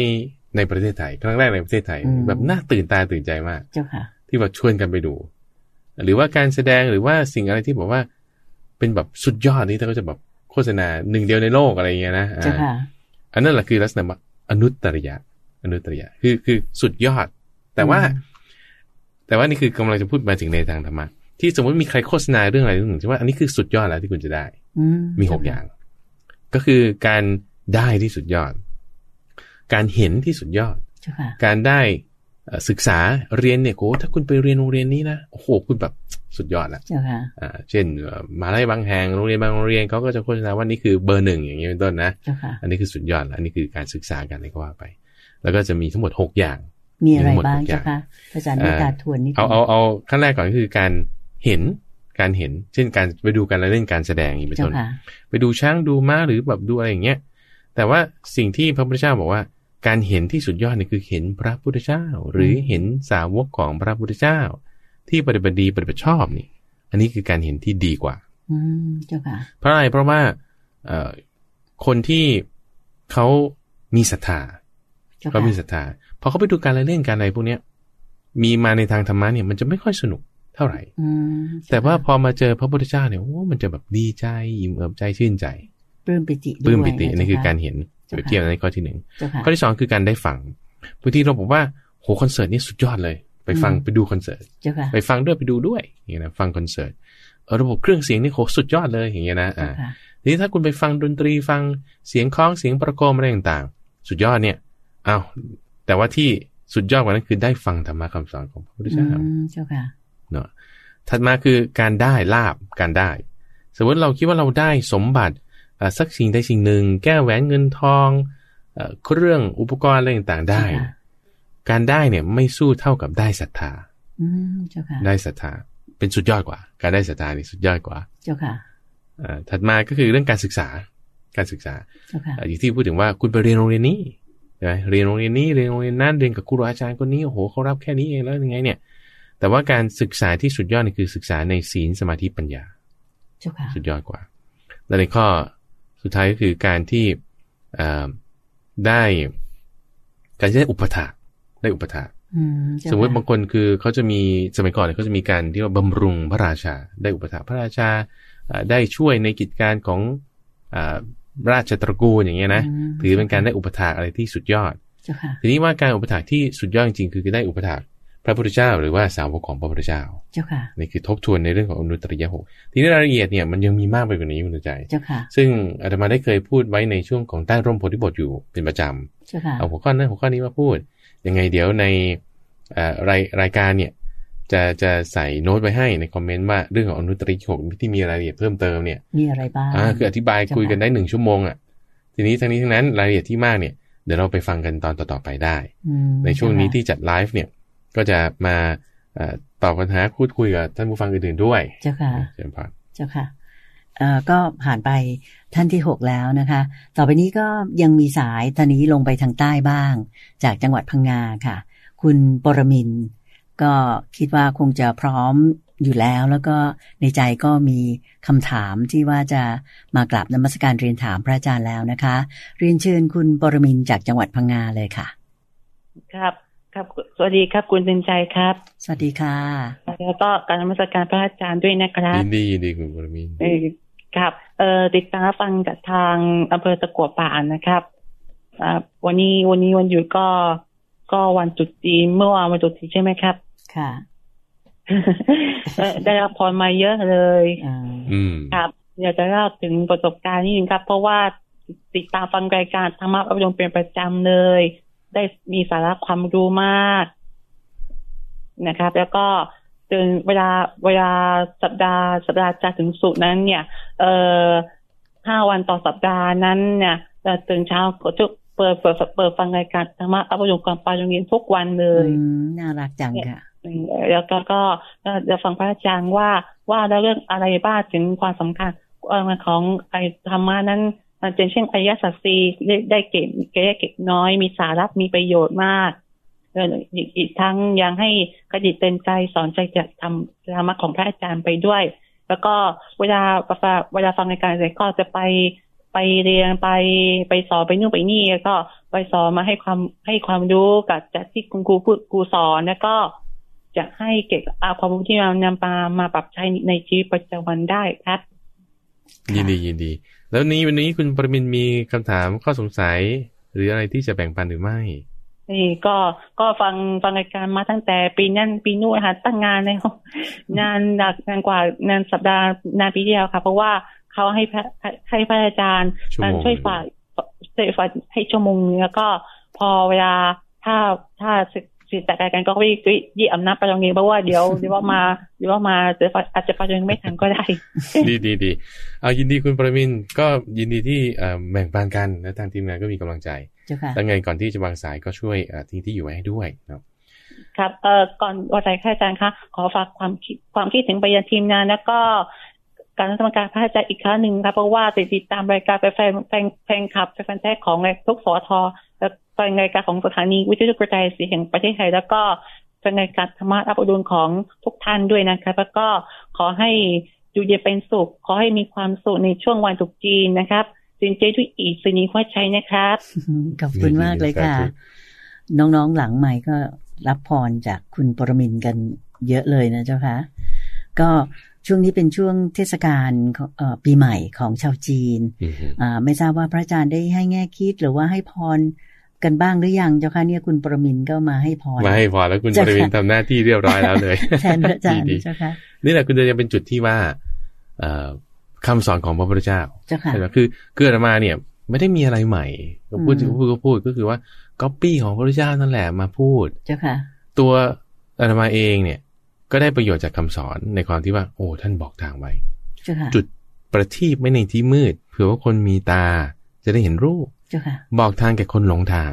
[SPEAKER 1] ในประเทศไทย ครั้งแรกในประเทศไทย แบบน่าตื่นตาตื่นใจมาก
[SPEAKER 2] เจ้าค่ะ
[SPEAKER 1] ที่แบบชวนกันไปดู หรือว่าการแสดงหรือว่าสิ่งอะไรที่บอกว่า เป็นแบบสุดยอดนี่เขาจะแบบโฆษณาหนึ่งเดียวในโลกอะไรเงี้ยนะ
[SPEAKER 2] เจ้าค่ะ
[SPEAKER 1] อันนั้นแหละคือลักษณะอนุตริยะอนุตริยะคือคือสุดยอด แต่ว่า แต่ว่านี่คือกำลังจะพูดมาถึงในทางธรรมะที่สมมติมีใครโฆษณาเรื่องอะไรเรื่องหนึ่งใช่ไหมอันนี้คือสุดยอดแล้วที่คุณจะได้มีหกอย่าง ก็คือการได้ที่สุดยอด การเห็นที่สุดยอด การได้ศึกษาเรียนเนี่ยโอ้ถ้าคุณไปเรียนโรงเรียนนี้นะโอ้โหคุณแบบสุดยอดละเช่นมาไล่บางแห่งโรงเรียนบางโรงเรียนเขาก็จะโฆษณาว่านี่คือเบอร์หนึ่งอย่างนี้เป็นต้นนะอันนี้คือสุดยอดอันนี้คือการศึกษากันอะไรก็ว่าไป แล้วก็จะมีทั้งหมดหกอย่าง
[SPEAKER 2] มีอะไรบ้างเจ้าคะอาจารย์มีการทวนนิด
[SPEAKER 1] เอาเอาเอาขั้นแรกก่อนก็คือการเห็นการเห็น เช่นการไปดูการเล่นการแสดงอย่างนี้เป็นต้นไปดูช้างดูม้าหรือแบบดูอะไรอย่างเงี้ยแต่ว่าสิ่งที่พระพุทธเจ้าบอกว่า การเห็นที่สุดยอดนี่คือเห็นพระพุทธเจ้า หรือเห็นสาวกของพระพุทธเจ้า ที่ปฏิบัติดีปฏิบัติชอบนี่ อันนี้คือการเห็นที่ดีกว่า
[SPEAKER 2] อืมเจ้าค่ะ
[SPEAKER 1] เพราะอะไรเพราะว่าเอ่อคนที่เขามีศรัทธาเขามีศรัทธาพอเขาไปดูการเล่นการอะไรพวกเนี้ย มีมาในทางธรรมะเนี่ยมันจะไม่ค่อยสนุกท่าไหร่แต่ว่าพอมาเจอพระพุทธเจ้าเนี่ยโอ้มันจะแบบดีใจอิ่มเอิบใจชื่นใจ
[SPEAKER 2] ปลื้มปิติ
[SPEAKER 1] ปลื้มปิตินี่คือการเห็นเปรียบเทียบในข้อที่หนึ่งข้อที่สองคือการได้ฟังบางทีเราบอกว่า โหคอนเสิร์ตนี่สุดยอดเลย ไปฟัง
[SPEAKER 2] อืม
[SPEAKER 1] ไปดูคอนเสิร์ต
[SPEAKER 2] เจ้าค่ะ
[SPEAKER 1] ไปฟังด้วยไปดูด้วยอย่างเงี้ยนะฟังคอนเสิร์ตเออระบบเครื่องเสียงนี่โหสุดยอดเลยอย่างเงี้ยนะ
[SPEAKER 2] เจ้า
[SPEAKER 1] อ่า
[SPEAKER 2] ค่ะ
[SPEAKER 1] ทีนี้ถ้าคุณไปฟังดนตรีฟังเสียงคล้องเสียงประโคมอะไรต่างๆ สุดยอดเนี่ยเอาแต่ว่าที่สุดยอดกว่านั้นคือได้ฟังธรรมะคำสอนของพระพุทธ
[SPEAKER 2] อื
[SPEAKER 1] เจ้าม
[SPEAKER 2] เจ้าค่ะ
[SPEAKER 1] เนาะถัดมาคือการได้ลาบการได้ สมมติเราคิดว่าเราได้สมบัติเอ่อสักสิ่งใดสิ่งหนึ่ง แก้วแหวนเงินทองเอ่อเครื่องอุปกรณ์อะไรต่างๆได้
[SPEAKER 2] ค่ะ
[SPEAKER 1] การได้เนี่ยไม่สู้เท่ากับได้ศรัทธา
[SPEAKER 2] อืมเจ้าค่ะ
[SPEAKER 1] ได้ศรัทธาเป็นสุดยอดกว่า การได้ศรัทธานี่สุดยอดกว่า
[SPEAKER 2] เจ้าค่ะ
[SPEAKER 1] เอ่อถัดมาก็คือเรื่องการศึกษาการศึกษา
[SPEAKER 2] เจ้าค่ะ
[SPEAKER 1] อ่ะอย่างที่พูดถึงว่าคุณไปเรียนโรงเรียนนี้ใช่ไหมเรียนโรงเรียนนี้เรียนโรงเรียนนั้นเรียนกับครูอาจารย์คนนี้โอ้โหเขารับแค่นี้เองแล้วยังไงเนี่ย แต่ว่าการศึกษาที่สุดยอดนี่คือศึกษาในศีลสมาธิปัญญา
[SPEAKER 2] เจ้าค่ะ
[SPEAKER 1] สุดยอดกว่า และในข้อสุดท้ายก็คือการที่เอ่อได้การที่ได้อุปถากได้อุปถาก
[SPEAKER 2] อืมเจ้ค่ะ
[SPEAKER 1] สมมติบางคนคือเขาจะมีสมัยก่อนเนี่ยเขาจะมีการที่ว่าบำรุงพระราชา ได้อุปถากพระราชาอ่าได้ช่วยในกิจการของอ่าราชตระกูลอย่างเงี้ยนะ
[SPEAKER 2] อืม
[SPEAKER 1] ถือเป็นการได้อุปถากอะไรที่สุดยอด
[SPEAKER 2] เจ้าค่ะ
[SPEAKER 1] ทีนี้ว่าการอุปถากที่สุดยอดจริงๆคือได้อุปถากพระพุทธเจ้าหรือว่าสาวกของพระพุทธเจ้า
[SPEAKER 2] เจ้าค่ะ
[SPEAKER 1] นี่คือทบทวนในเรื่องของอนุตตริยหกทีนี้รายละเอียดเนี่ยมันยังมีมากไปกว่านี้คุณใจ
[SPEAKER 2] เจ้าค่ะ
[SPEAKER 1] ซึ่งอาตมาได้เคยพูดไว้ในช่วงของใต้ร่มโพธิบทอยู่เป็นประจ
[SPEAKER 2] เจ้าค่ะ
[SPEAKER 1] ำ เอาหัวข้อนั้นหัวข้อนี้มาพูด ยังไงเดี๋ยวในเอ่อรายรายการเนี่ยจะจะใส่โน้ตไว้ให้ในคอมเมนต์ว่าเรื่องของอนุตตริยหกที่มีรายละเอียดเพิ่มเติมเนี่ย
[SPEAKER 2] มีอะไรบ้าง
[SPEAKER 1] อ่าคืออธิบาย
[SPEAKER 2] ใช่ไหม
[SPEAKER 1] คุยกันได้หนึ่งชั่วโมงอ่ะทีนี้ทั้งนี้ทั้งนั้นรายละเอียดที่มากเนี่ยเดี๋ยวเราไปฟังกันตอนต่อๆไปได้
[SPEAKER 2] ม
[SPEAKER 1] ในช่วงนี้
[SPEAKER 2] เจ้าค่ะ
[SPEAKER 1] ที่จัดไลฟ์เนี่ยก็จะมาเอ่อตอบปัญหาพูดคุยกับท่านผู้ฟังอื่นๆด้วย
[SPEAKER 2] เจ้าค่ะ
[SPEAKER 1] เชิญพาน
[SPEAKER 2] เจ้าค่ะเอ่อก็ผ่านไปท่านที่ 6 แล้วนะคะ ต่อไปนี้ก็ยังมีสายตอนนี้ลงไปทางใต้บ้าง จากจังหวัดพังงาค่ะ คุณปรมินทร์ก็คิดว่าคงจะพร้อมอยู่แล้ว แล้วก็ในใจก็มีคำถามที่ว่าจะมากราบนมัสการเรียนถามพระอาจารย์แล้วนะคะ เรียนเชิญคุณปรมินทร์จากจังหวัดพังงาเลยค่ะ
[SPEAKER 8] ครับ ครับ สวัสดีครับคุณเป็นใจครับ
[SPEAKER 2] สวัสดีค่ะ
[SPEAKER 8] แล้วก็การนมัสการพระอาจารย์ด้วยนะครับ
[SPEAKER 1] ยินดียินดีคุณบรมินทร์
[SPEAKER 8] เออครับเอ่อติดตามรับฟังจากทางอำเภอตะกัวป่านะครับอ่าวันนี้วันนี้วันหยุดก็ก็วันจุดจีนเมื่อวานวันจุดจีนใช่ไหมครับ
[SPEAKER 2] ค่ะ
[SPEAKER 8] เอ่อได้รับพรมาเยอะเลย
[SPEAKER 2] อ่า
[SPEAKER 1] อืม
[SPEAKER 8] ครับอยากจะเล่าถึงประสบการณ์นิดนึงครับ เพราะว่าติดตามฟังรายการธรรมะอบรมเป็นประจำเลย ได้มีสาระความรู้มากนะครับ แล้วก็เดินเวลาเวลาสัปดาห์สัปดาห์จันทร์ถึงศุกร์นั้น เนี่ย เอ่อห้าวันต่อสัปดาห์นั้นเนี่ยจะตื่นเช้าก็จะเปิดเปิดเปิดฟังรายการธรรมะอบรมความปาโรงเรียนทุกวันเลย
[SPEAKER 2] อืมน่ารักจังค่ะ
[SPEAKER 8] แล้วก็ก็จะฟังพระอาจารย์ว่าว่าแล้วเรื่องอะไรบ้างถึงความสำคัญเอ่อของไอ้ธรรมะนั้นมันเป็นเช่นอริยสัจสี่ได้ได้เก็บเก็บเก็บน้อยมีสาระมีประโยชน์มากเอ่ออีกอีกทั้งยังให้กระดิตเต็มใจสอนใจจะทำธรรมะของพระอาจารย์ไปด้วย แล้วก็เวลาเวลาฟังรายการเสร็จก็จะไปไปเรียนไปไปสอนไปนู่นไปนี่แล้วก็ไปสอนมาให้ความให้ความรู้กับจากที่คุณครูพูดครูสอนแล้วก็จะให้เก็บเอาความรู้ที่เรานำมามาปรับใช้ในชีวิตประจำวันได้ครับ
[SPEAKER 1] ยินดียินดี แล้วนี้วันนี้คุณบรมินทร์มีคำถามข้อสงสัย หรืออะไรที่จะแบ่งปันหรือไม่
[SPEAKER 8] นี่ก็ก็ฟังฟังรายการมาตั้งแต่ปีนั่นปีนู้นนะค่ะตั้งงานแล้ว นานหนักนานกว่านานสัปดาห์นานปีเดียวค่ะ เพราะว่าเขาให้พระให้พระอาจารย์
[SPEAKER 1] ชั่วโมง
[SPEAKER 8] อ่าช่วยฝากช่วยฝากให้ชั่วโมงนึงแล้วก็พอเวลาถ้าถ้าสิสิทธิ์แต่การกันก็วิ่งยี่อำนาจไปตรงนี้เพราะว่าเดี๋ยว เดี๋ยวว่ามาเดี๋ยวว่ามาเดี๋ยวอาจจะไปตรงนี้ไม่ทันก็ได้
[SPEAKER 1] ดีดีดีเอายินดีคุณปรมินทร์ก็ยินดีที่เอ่อแบ่งปันกันและทางทีมงานก็มีกำลังใจ
[SPEAKER 2] เจ้าค่ะ
[SPEAKER 1] แล้วไงก่อนที่จะวางสายก็ช่วยเอ่อทิ้งที่อยู่ไว้ให้ด้วยเนาะ
[SPEAKER 8] ครับเอ่อก่อนวันใจค่ะอาจารย์คะขอฝากความคิดความคิดถึงไปยังทีมงานแล้วก็ การรัฐมการพระอาจารย์อีกครั้งหนึ่งครับเพราะว่าติดตามรายการเป็นแฟนแฟนแฟนคลับเป็นแฟนแท้ของทุกสอทอและเป็นรายการของสถานีวิทยุกระจายเสียงแห่งประเทศไทย แล้วก็เป็นรายการธรรมะอัปดุลของทุกท่านด้วยนะครับแล้วก็ขอให้อยู่เย็นเป็นสุข ขอให้มีความสุขในช่วงวันตรุษจีนนะครับสินเจทุยอีสินีข้อใช้นะครับ
[SPEAKER 2] อืมขอบคุณมากเลยค่ะ
[SPEAKER 1] สาธุ
[SPEAKER 2] น้องๆหลังใหม่ก็รับพรจากคุณปรมินทร์กันเยอะเลยนะเจ้าค่ะก็ช่วงนี้เป็นช่วงเทศกาลของเอ่อปีใหม่ของชาวจีน
[SPEAKER 1] อือฮึ
[SPEAKER 2] อ่าไม่ทราบว่าพระอาจารย์ได้ให้แง่คิดหรือว่าให้พร กันบ้างหรือยังเจ้าค่ะเนี่ยคุณประมินก็มาให้พร
[SPEAKER 1] มาให้พรแล้วคุณประมินทำหน้าที่เรียบร้อยแล้ว เลย
[SPEAKER 2] แทนพระอาจารย์เจ้าค่ะ
[SPEAKER 1] นี่แหละคุณจะยังเป็นจุดที่ว่าเอ่อคำสอนของพระพุทธเจ้า
[SPEAKER 2] เจ้าค่ะ
[SPEAKER 1] คือคืออาตมาเนี่ย ไม่ได้มีอะไรใหม่ก็พูดถึงพูดก็พูดก็คือว่าก๊อปปี้ของพระพุทธเจ้านั่นแหละมาพูด
[SPEAKER 2] เจ้าค่ะ
[SPEAKER 1] ตัวอาตมาเองเนี่ย ก็ได้ประโยชน์จากคำสอนในความที่ว่า โอ้ท่านบอกทางไว้จุดประทีปไม่ในที่มืดเผื่อว่าคนมีตาจะได้เห็นรูปบอกทางแก่คนหลงทาง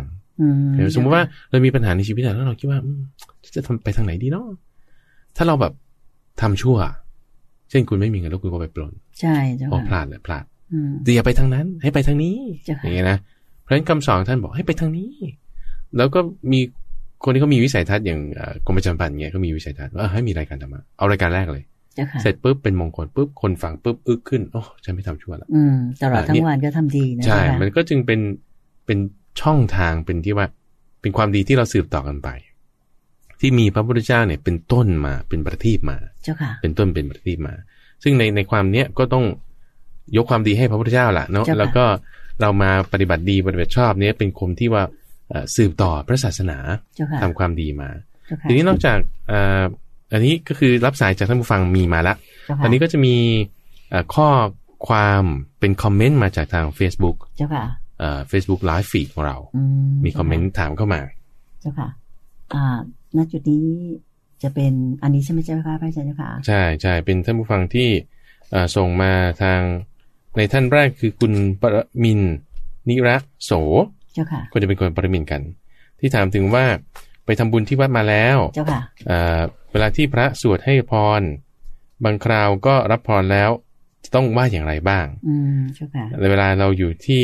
[SPEAKER 1] สมมติว่าเรามีปัญหาในชีวิตแล้วเราคิดว่าจะทำไปทางไหนดีเนาะถ้าเราแบบทำชั่ว เช่นคุณไม่มีเงินแล้วคุณก็ไปปล้น
[SPEAKER 2] ใช่เจ้า
[SPEAKER 1] ค่ะพลาดเลยพลาดแต่อย่าไปทางนั้น ให้ไปทางนี้อย่างเงี้ยนะเพราะฉะนั้นคำสอนท่านบอกให้ไปทางนี้ แล้วก็มีคนที่เขามีวิสัยทัศน์อย่างกรมประชาพันธ์เงี้ยก็มีวิสัยทัศน์ว่าให้มีรายการธรรมะเอารายการแรกเลยเสร็จปุ๊บเป็นมงคลปุ๊บคนฟังปุ๊บอึกขึ้นโอ้ฉันไม่ทำชั่วแล้ว
[SPEAKER 2] อืมตลอดทั้งวันก็ทำดีนะ
[SPEAKER 1] ใช่ มันก็จึงเป็นเป็นช่องทางเป็นที่ว่า เป็นความดีที่เราสืบต่อกันไป ที่มีพระพุทธเจ้าเนี่ยเป็นต้นมาเป็นประทีปมา
[SPEAKER 2] เจ้าค่ะ
[SPEAKER 1] เป็นต้นเป็นประทีปมา ซึ่งในในความเนี้ยก็ต้องยกความดีให้พระพุทธเจ้าล่ะเนาะแล้วก็เรามาปฏิบัติดีปฏิบัติชอบเนี้ยเป็นคมที่ว่าสืบต่อพระศาสนาทำความดีมา ทีนี้นอกจากอันนี้ก็คือรับสายจากท่านผู้ฟังมีมาแล้ว ตอนนี้ก็จะมีข้อความเป็นคอมเมนต์มาจากทาง Facebook
[SPEAKER 2] เจ้าค่ะ
[SPEAKER 1] เฟซบุ๊กไลฟ์ฟีดของเรา มีคอมเมนต์ถามเข้ามา
[SPEAKER 2] เจ้าค่ะ อ่า ณ จุดนี้จะเป็นอันนี้ใช่ไหมเจ้าค่ะพระอาจารย์เจ้าค่ะ
[SPEAKER 1] ใช่ใช่เป็นท่านผู้ฟังที่ส่งมาทางในท่านแรกคือคุณประมินนิรักโส
[SPEAKER 2] เจ้าค่ะ
[SPEAKER 1] ก็จะเป็นคนประมินกัน ที่ถามถึงว่าไปทำบุญที่วัดมาแล้ว
[SPEAKER 2] เจ้าค่ะ
[SPEAKER 1] เวลาที่พระสวดให้พร บางคราวก็รับพรแล้วต้องว่าอย่างไรบ้าง
[SPEAKER 2] อืมเจ้าค่ะ
[SPEAKER 1] เวลาเราอยู่ที่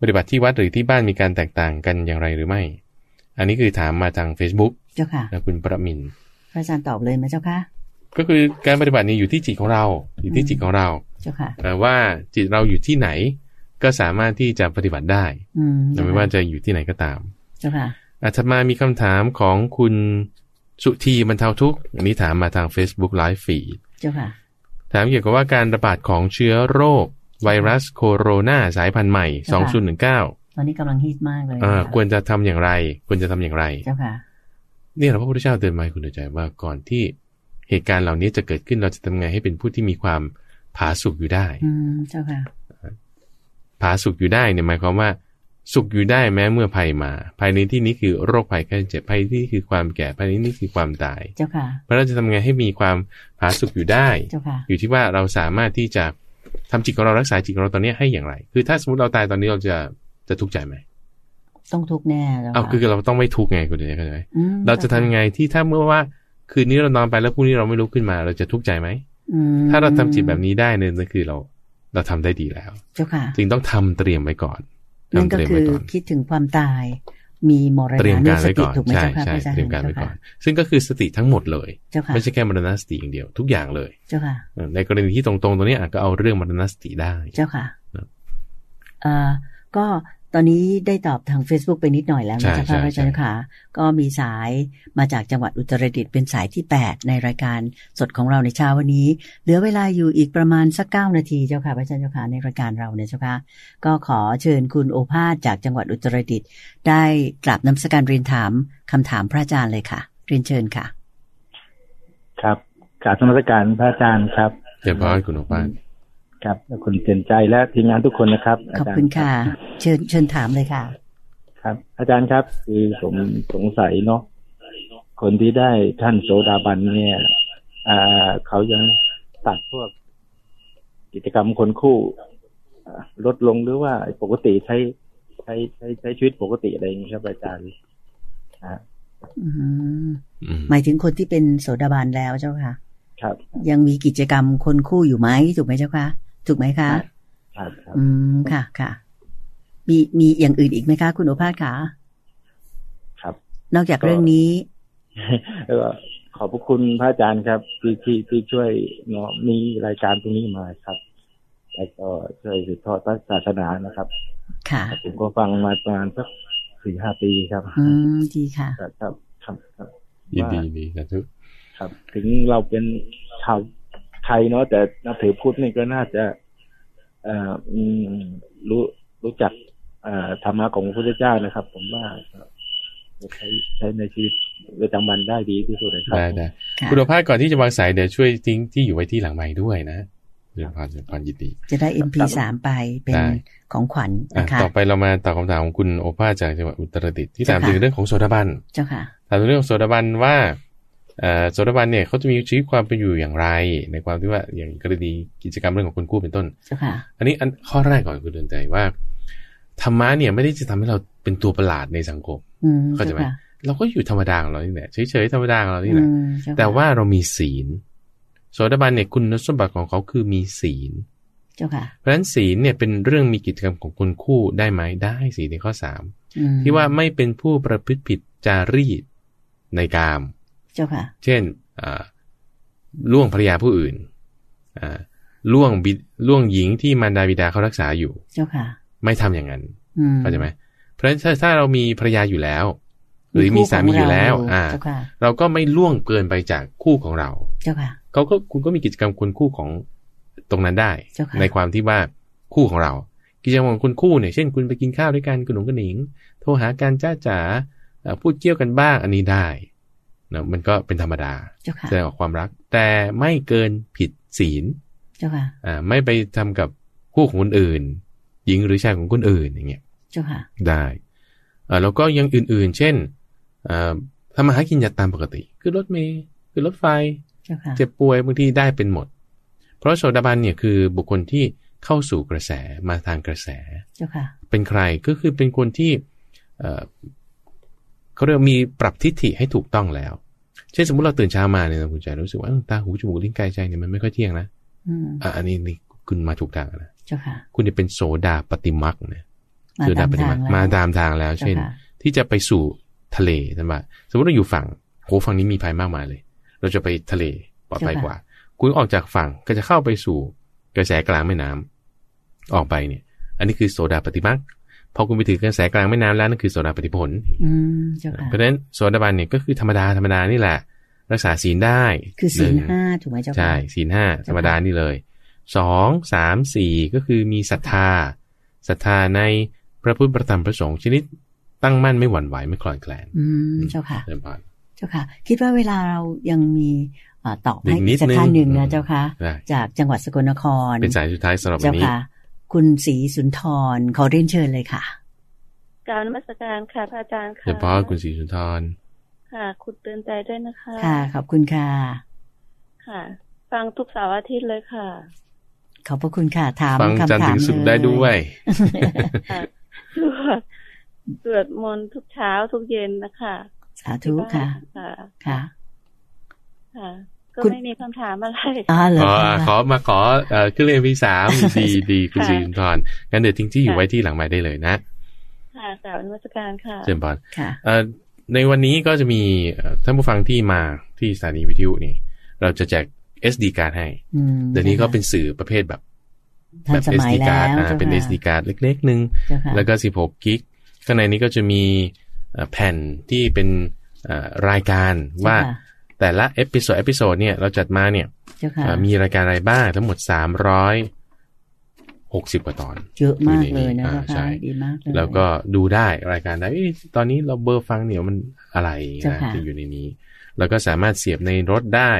[SPEAKER 1] ปฏิบัติที่วัดหรือที่บ้านมีการแตกต่างกันอย่างไรหรือไม่ อันนี้คือถามมาทาง Facebook
[SPEAKER 2] เจ้าค่ะ
[SPEAKER 1] คุณประมิน
[SPEAKER 2] พระอาจารย์ตอบเลยไหมเจ้าค่ะ
[SPEAKER 1] ก็คือการปฏิบัตินี้อยู่ที่จิตของเรา อยู่ที่จิตของเรา
[SPEAKER 2] เจ้าค่ะ
[SPEAKER 1] แต่ว่าจิตเราอยู่ที่ไหน ก็สามารถที่จะปฏิบัติได้
[SPEAKER 2] อืม
[SPEAKER 1] ไม่ว่าจะอยู่ที่ไหนก็ตาม
[SPEAKER 2] เจ้าค่ะ
[SPEAKER 1] อาตมามีคำถามของคุณสุธีบรรเทาทุกข์อันนี้ถามมาทาง Facebook Live Feed
[SPEAKER 2] เจ้าค่ะ
[SPEAKER 1] ถามเกี่ยวกับว่าการระบาดของเชื้อโรค ไวรัสโคโรนาสายพันธุ์ใหม่ 2019
[SPEAKER 2] ตอนนี้กำลังฮิตมากเลย
[SPEAKER 1] อ่าควรจะทำอย่างไร ควรจะทำอย่างไร
[SPEAKER 2] เจ้าค่ะ
[SPEAKER 1] เนี่ยพระพุทธเจ้าเตือนมาคุณใจว่าก่อนที่เหตุการณ์เหล่านี้จะเกิดขึ้นเราจะทำไงให้เป็นผู้ที่มีความผาสุกอยู่ได้
[SPEAKER 2] อืมเจ้าค่ะ
[SPEAKER 1] ผาสุกอยู่ได้เนี่ยหมายความว่าสุขอยู่ได้แม้เมื่อภัยมา ภายในที่นี้คือโรคภัยแค่เจ็บภัยที่คือความแก่ภายในนี้คือความตาย
[SPEAKER 2] เจ้าค่ะ
[SPEAKER 1] เพราะเราจะทำไงให้มีความผาสุขอยู่ได้
[SPEAKER 2] เจ้าค่ะ
[SPEAKER 1] อยู่ที่ว่าเราสามารถที่จะทำจิตของเรารักษาจิตของเราตอนนี้ให้อย่างไร คือถ้าสมมติเราตายตอนนี้เราจะจะทุกข์ใจไหม
[SPEAKER 2] ต้องทุกข์แน่แล้ว
[SPEAKER 1] เอาคือเราต้องไม่ทุกข์ไงคุณเดียเข้าใจไหมเราจะทำยังไงที่ถ้าเมื่อว่าคืนนี้เรานอนไปแล้วพรุ่งนี้เราไม่ลุกขึ้นมา เราจะทุกข์ใจไหมถ้าเราทำจิตแบบนี้ได้เนี่ยนั่นคือเราเราทำได้ดีแล้ว
[SPEAKER 2] เจ้าค่ะ
[SPEAKER 1] จึงต้องทำเตรียมไว้ก่อน
[SPEAKER 2] นั่นก็คือคิดถึงความตาย มีมร
[SPEAKER 1] ณะเตรียมการไว้ก่อน
[SPEAKER 2] ถูกไหม
[SPEAKER 1] ใช่
[SPEAKER 2] ใช่
[SPEAKER 1] เตรียมการไว้ก่อน ซึ่งก็คือสติทั้งหมดเลยไม่ใช่แค่มรณะสติอย่างเดียวทุกอย่างเลย
[SPEAKER 2] เจ้าค่ะ
[SPEAKER 1] ในกรณีที่ตรงๆตรงนี้อาจก็เอาเรื่องมรณะสติได้
[SPEAKER 2] เจ้าค่ะเอ่อก็ตอนนี้ได้ตอบทาง Facebook ไปนิดหน่อยแล้วนะจ๊ะพระอาจารย์ค่ะ ก็มีสายมาจากจังหวัดอุตรดิตถ์เป็นสายที่ 8 ในรายการสดของเราในเช้าวันนี้ เหลือเวลาอยู่อีกประมาณสักเก้านาทีเจ้าค่ะพระอาจารย์ค่ะในรายการเราเนี่ยเจ้าค่ะ ก็ขอเชิญคุณโอภาสจากจังหวัดอุตรดิตถ์ได้กราบน้ำสการเรียนถามคำถามพระอาจารย์เลยค่ะ เรียนเชิญค่ะ
[SPEAKER 9] ครับกราบน้ำสการพระอาจารย์ครับ
[SPEAKER 1] เรียบร้อยคุณโอภาส
[SPEAKER 9] ครับคุณเตือนใจและทีมงานทุกคนนะครับ
[SPEAKER 2] ขอบคุณค่ะ เชิญเชิญถามเลยค่ะ
[SPEAKER 9] ครับ อาจารย์ครับ คือผมสงสัยเนาะคนที่ได้ท่านโสดาบันเนี่ย อ่า เขายังตัดพวก กิจกรรมคนคู่ลดลงหรือว่าปกติใช้ใช้ใช้ใช้ชีวิตปกติอะไรอย่างนี้ครับ อาจารย์
[SPEAKER 2] หมายถึงคนที่เป็นโสดาบันแล้วเจ้าค่ะ
[SPEAKER 9] ครับ
[SPEAKER 2] ยังมีกิจกรรมคนคู่อยู่ไหมถูกไหมเจ้าค่ะถูกไหมคะ
[SPEAKER 9] ครับ
[SPEAKER 2] อืม ค่ะ ค่ะ มี มีอย่างอื่นอีกไหมคะ คุณโอภาสคะ
[SPEAKER 9] ครับ
[SPEAKER 2] นอกจากเรื่องนี้
[SPEAKER 9] แล้วก็ขอบพระคุณพระอาจารย์ครับที่ที่ที่ช่วยเนาะมีรายการตรงนี้มาครับ แล้วก็ช่วยสืบทอดพระศาสนานะครับ
[SPEAKER 2] ค่ะ
[SPEAKER 9] ผมก็ฟังมาประมาณสักสี่ห้าปีครับ
[SPEAKER 2] อืม ดีค่ะ
[SPEAKER 9] ครับครับครับ
[SPEAKER 1] ยินดีดีนะทุก
[SPEAKER 9] ครับ ถึงเราเป็นชาวไทยเนาะแต่นับถือพุทธนี่ก็น่าจะเอ่อรู้รู้จัก ธรรมะของพระพุทธเจ้านะครับ ผมว่าใช้ใช้ในชีวิตประจำวันได้ดีที่สุดเลยครับ
[SPEAKER 1] ได้ได้คุณภาพก่อนที่จะวางสายเดี๋ยวช่วยทิ้งที่อยู่ไว้ที่หลังไม้ด้วยนะเดี๋ยวพานเดี๋ยวพานยินดี
[SPEAKER 2] จะได้ MP3 ไปเป็นของขวัญนะคะ
[SPEAKER 1] ต่อไปเรามาตอบคำถามของคุณโอภาสจากจังหวัดอุตรดิตถ์ที่ถามถึงเรื่องของโซดาบัน
[SPEAKER 2] เจ้าค่ะ
[SPEAKER 1] ถามถึงเรื่องของโซดาบันว่าโซดาบันเนี่ยเขาจะมีชีวิตความเป็นอยู่อย่างไร ในความที่ว่าอย่างกรณีกิจกรรมเรื่องของคนกู้เป็นต้นอันนี้อันข้อแรกก่อนคุณเดินใจว่าธรรมะเนี่ยไม่ได้จะทำให้เราเป็นตัวประหลาดในสังคมเข้าใจไหมเราก็อยู่ธรรมดาของเรานี่แหละเฉยๆธรรมดาของเรานี่แหละแต่ว่าเรามีศีลโสดาบันเนี่ยคุณสมบัติของเขาคือมีศีลเพราะฉะนั้นศีลเนี่ยเป็นเรื่องมีกิจกรรมของคนคู่ได้ไหมได้สีในข้อสามที่ว่าไม่เป็นผู้ประพฤติผิดจารีตในกาม
[SPEAKER 2] เจ้าค่ะ
[SPEAKER 1] เช่นล่วงภรรยาผู้อื่นล่วงบิดล่วงหญิงที่มารดาบิดาเขารักษาอยู่
[SPEAKER 2] เจ้าค่ะ
[SPEAKER 1] ไม่ทำอย่างนั้นเข้าใจไหมเพราะฉะนั้นถ้าเรามีภรรยาอยู่แล้ว หรือมีสามีอยู่แล้ว อ่า เราก็ไม่ล่วงเกินไปจากคู่ของเรา
[SPEAKER 2] เจ้าค่ะ
[SPEAKER 1] เขาก็คุณก็มีกิจกรรมคุณคู่ของตรงนั้นได้ ในความที่ว่าคู่ของเรา กิจกรรมของคุณคู่เนี่ยเช่นคุณไปกินข้าวด้วยกันคุณหนุ่มกันหนิง โทรหาการจ้าจ๋าพูดเกี่ยวกันบ้างอันนี้ได้นะมันก็เป็นธรรมดาแสดงออกความรัก แต่ไม่เกินผิดศีล
[SPEAKER 2] เจ้าค่ะ
[SPEAKER 1] อ่าไม่ไปทำกับคู่ของคนอื่น หญิงหรือชายของคนอื่นอย่างเงี้ย
[SPEAKER 2] เจ้าค่ะ
[SPEAKER 1] ได้อ่าแล้วก็ยังอื่นๆ เช่นอ่าทำมาหากินอย่าตามปกติคือรถเมล์คือรถไฟเจ็บป่วยบางทีได้เป็นหมด เพราะโสดาบันเนี่ยคือบุคคลที่เข้าสู่กระแสมาทางกระแส
[SPEAKER 2] เจ้าค่ะ
[SPEAKER 1] เป็นใครก็คือเป็นคนที่เอ่อขาเรียกมีปรับทิฏฐิให้ถูกต้องแล้ว เช่นสมมติเราตื่นเช้ามาเนี่ยคุณใจรู้สึกว่าตาหูจมูกลิ้นกายใจเนี่ยมันไม่ค่อยเที่ยงนะอ่าอันนี้นี่คุณมาถูกทางนะ
[SPEAKER 2] เจ้าค่ะ
[SPEAKER 1] คุณจะเป็นโสดาปฏิมักเนี่ยโสดาปฏิมักมาตามทางแล้ว เช่น ที่จะไปสู่ทะเลใช่ไหมสมมติเราอยู่ฝั่งโหฝั่งนี้มีภัยมากมายเลย เราจะไปทะเลปลอดภัยกว่า คุณออกจากฝั่งก็จะเข้าไปสู่กระแสกลางแม่น้ำ ออกไปเนี่ย อันนี้คือโสดาปฏิมักพอคุณไปถึงกระแสกลางแม่น้ำแล้วนั่นคือโสดาปฏิผลเพราะฉะนั้นโสดาบันเนี่ยก็คือธรรมดาธรรมดานี่แหละ รักษาศีลได้
[SPEAKER 2] คือศีลห้าถูกไหมเจ้าค่ะ
[SPEAKER 1] ใช่ศีลห้าธรรมดานี่เลยสองสามสี่ก็คือมีศรัทธาศรัทธาในพระพุทธประธรรมพระสงฆ์ชนิดตั้งมั่นไม่หวั่นไหวไม่คลอนแคลน
[SPEAKER 2] อืมเจ้าค่ะเจ้าค่ะ คิดว่าเวลาเรายังมีตอบให้สักท่านหนึ่งนะเจ้าค่ะ จากจังหวัดสกลนคร
[SPEAKER 1] เป็นสายสุดท้ายสำหรับวันนี้
[SPEAKER 2] คุณศรีสุนทรขอเรียนเชิญเลยค่ะ
[SPEAKER 10] กล่าวนมัสการค่ะพระอาจารย์ค่ะ
[SPEAKER 1] เฉพาะคุณศรีสุนทร
[SPEAKER 10] ค่ะ คุณเตือนใจด้วยนะคะ
[SPEAKER 2] ค่ะ ขอบคุณค่ะ
[SPEAKER 10] ค่ะ ฟังทุกเสาร์อาทิตย์เลยค่ะ
[SPEAKER 2] ขอบพระคุณค่ะ ถาม
[SPEAKER 1] ฟังจันทร์ถึงสุดได้ด้วย
[SPEAKER 10] สวดสวดมนต์ทุกเช้าทุกเย็นนะคะ
[SPEAKER 2] สาธุค่ะ
[SPEAKER 10] ค่ะ ค่ะก็ไม่มีคำถามอะไร
[SPEAKER 2] อ๋อเหรอ
[SPEAKER 1] ขอมาขอเอ่อขึ้นเรียนวีสามดีดีคุณสิรินทรงั้นเดี๋ยวทิ้งที่อยู่ไว้ที่หลังไม้ได้เลยนะ
[SPEAKER 10] ค่ะสาวนวัตการค่ะ
[SPEAKER 1] เชิญบอล
[SPEAKER 2] ค่ะ
[SPEAKER 1] เอ่อในวันนี้ก็จะมีท่านผู้ฟังที่มาที่สถานีวิทยุนี่ เราจะแจก SD การ์ดให้ เดี๋ยวนี้ก็เป็นสื่อประเภทแบบ
[SPEAKER 2] แบบ SD
[SPEAKER 1] การ์ดเป็น SD การ์ดเล็กๆนึง แล้วก็ 16 กิกข้างในนี้ก็จะมีแผ่นที่เป็นรายการว่าแต่ละเอพิโซดเอพิโซดเนี่ยเราจัดมาเนี่ยมีรายการอะไรบ้างทั้งหมดสามร้อยหกสิบกว่าตอน
[SPEAKER 2] เยอะมากเลยนะคะใช่ดีมากเลย
[SPEAKER 1] แล้วก็ดูได้รายการได้ตอนนี้เราเบอร์ฟังเนี่ยมันอะไรนะที่อยู่ในนี้ แล้วก็สามารถเสียบในรถได้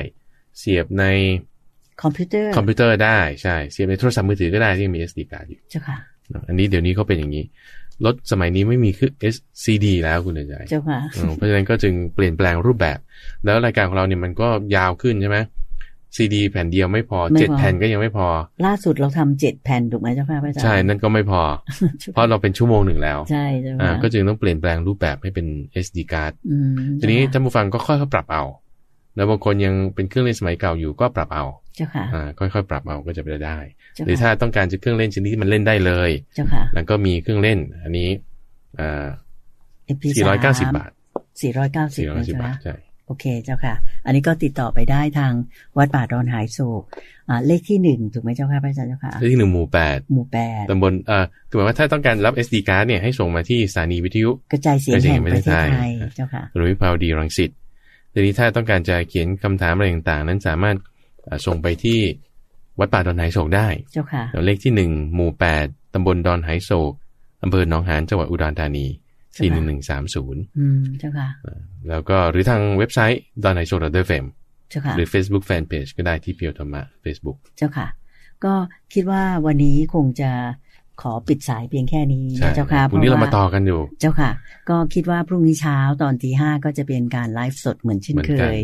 [SPEAKER 1] เสียบใน
[SPEAKER 2] คอมพิวเตอร์
[SPEAKER 1] คอมพิวเตอร์ได้ใช่เสียบในโทรศัพท์มือถือก็ได้ที่มี SD การ์ดอยู่
[SPEAKER 2] เจ้าค่ะ
[SPEAKER 1] อันนี้เดี๋ยวนี้เขาเป็นอย่างนี้รถสมัยนี้ไม่มีคือ SCD แล้วคุณเดชใจ
[SPEAKER 2] เจ้าค่ะ
[SPEAKER 1] เพราะฉะนั้นก็จึงเปลี่ยนแปลงรูปแบบ แล้วรายการของเราเนี่ยมันก็ยาวขึ้นใช่ไหมซีดีแผ่นเดียวไม่พอเจ็ดแผ่นก็ยังไม่พอ
[SPEAKER 2] ล่าสุดเราทำเจ็ดแผ่นถูกไหมเจ้าค่ะพระอาจารย์ใช่
[SPEAKER 1] นั่นก็ไม่พอ เพราะเราเป็นชั่วโมงหนึ่งแล้ว
[SPEAKER 2] ใช่ใช่ไหม
[SPEAKER 1] ก็จึงต้องเปลี่ยนแปลงรูปแบบให้เป็น SD card ทีนี้ท่านผู้ฟังก็ค่อยๆปรับเอา แล้วบางคนยังเป็นเครื่องเล่นสมัยเก่าอยู่ก็ปรับเอา
[SPEAKER 2] เจ้าค่ะ
[SPEAKER 1] ค่อยๆปรับเอาก็จะไปได้ หรือถ้าต้องการจะเครื่องเล่นชนิดที่มันเล่นได้เลย
[SPEAKER 2] เจ้าค่ะ
[SPEAKER 1] แล้วก็มีเครื่องเล่น อันนี้อ่าสี่ร้อยเก้าสิบบาท
[SPEAKER 2] สี่ร้อยเก้า
[SPEAKER 1] บ
[SPEAKER 2] สิา
[SPEAKER 1] ทใช่
[SPEAKER 2] โอเคเจ้าค่ะ อันนี้ก็ติดต่อไปได้ทางวัดป่าดอนหายโศกเลขที่หนึ่งถูกไหมเจ้าค่ะพระอาจารย์เจ้าค่ะ
[SPEAKER 1] เลขที่หนึ่งหมู่แปด
[SPEAKER 2] หมู่แปด
[SPEAKER 1] ตำบลเอ่อถือหมายว่าถ้าต้องการรับ SD card เนี่ยให้ส่งมาที่สถานีวิทยุ
[SPEAKER 2] กระจายเสียงแห่งประเทศไทยเจ้าค่ะ
[SPEAKER 1] หรือวิภาวดีรังสิตทีนี้ถ้าต้องการจะเขียนคำถามอะไรต่างๆ นั้นสามารถส่งไปที่วัดป่าดอนไหโศกได้
[SPEAKER 2] เจ้าค่ะ
[SPEAKER 1] เลขที่หนึ่งหมู่แปดตำบลดอนไหโศก อำเภอหนองหานจังหวัดอุดรธานี 41130
[SPEAKER 2] อืมเจ้าค่ะ
[SPEAKER 1] แล้วก็หรือทางเว็บไซต์ d o n a i s h o r d e r f m
[SPEAKER 2] เจ้าค่ะ
[SPEAKER 1] หรือ Facebook Fanpage ก็ได้ที่เพียวธรรมะ Facebook
[SPEAKER 2] เจ้าค่ะ ก็คิดว่าวันนี้คงจะขอปิดสายเพียงแค่นี้นะเจ้าค่ะ
[SPEAKER 1] วันนี้เรามาต่อกันอยู่
[SPEAKER 2] เจ้าค่ะ ก็คิดว่าพรุ่งนี้เช้าตอนตีห้าก็จะเป็นการไลฟ์สดเหมือนเช่น
[SPEAKER 1] เหมือน
[SPEAKER 2] เค
[SPEAKER 1] กัน
[SPEAKER 2] ย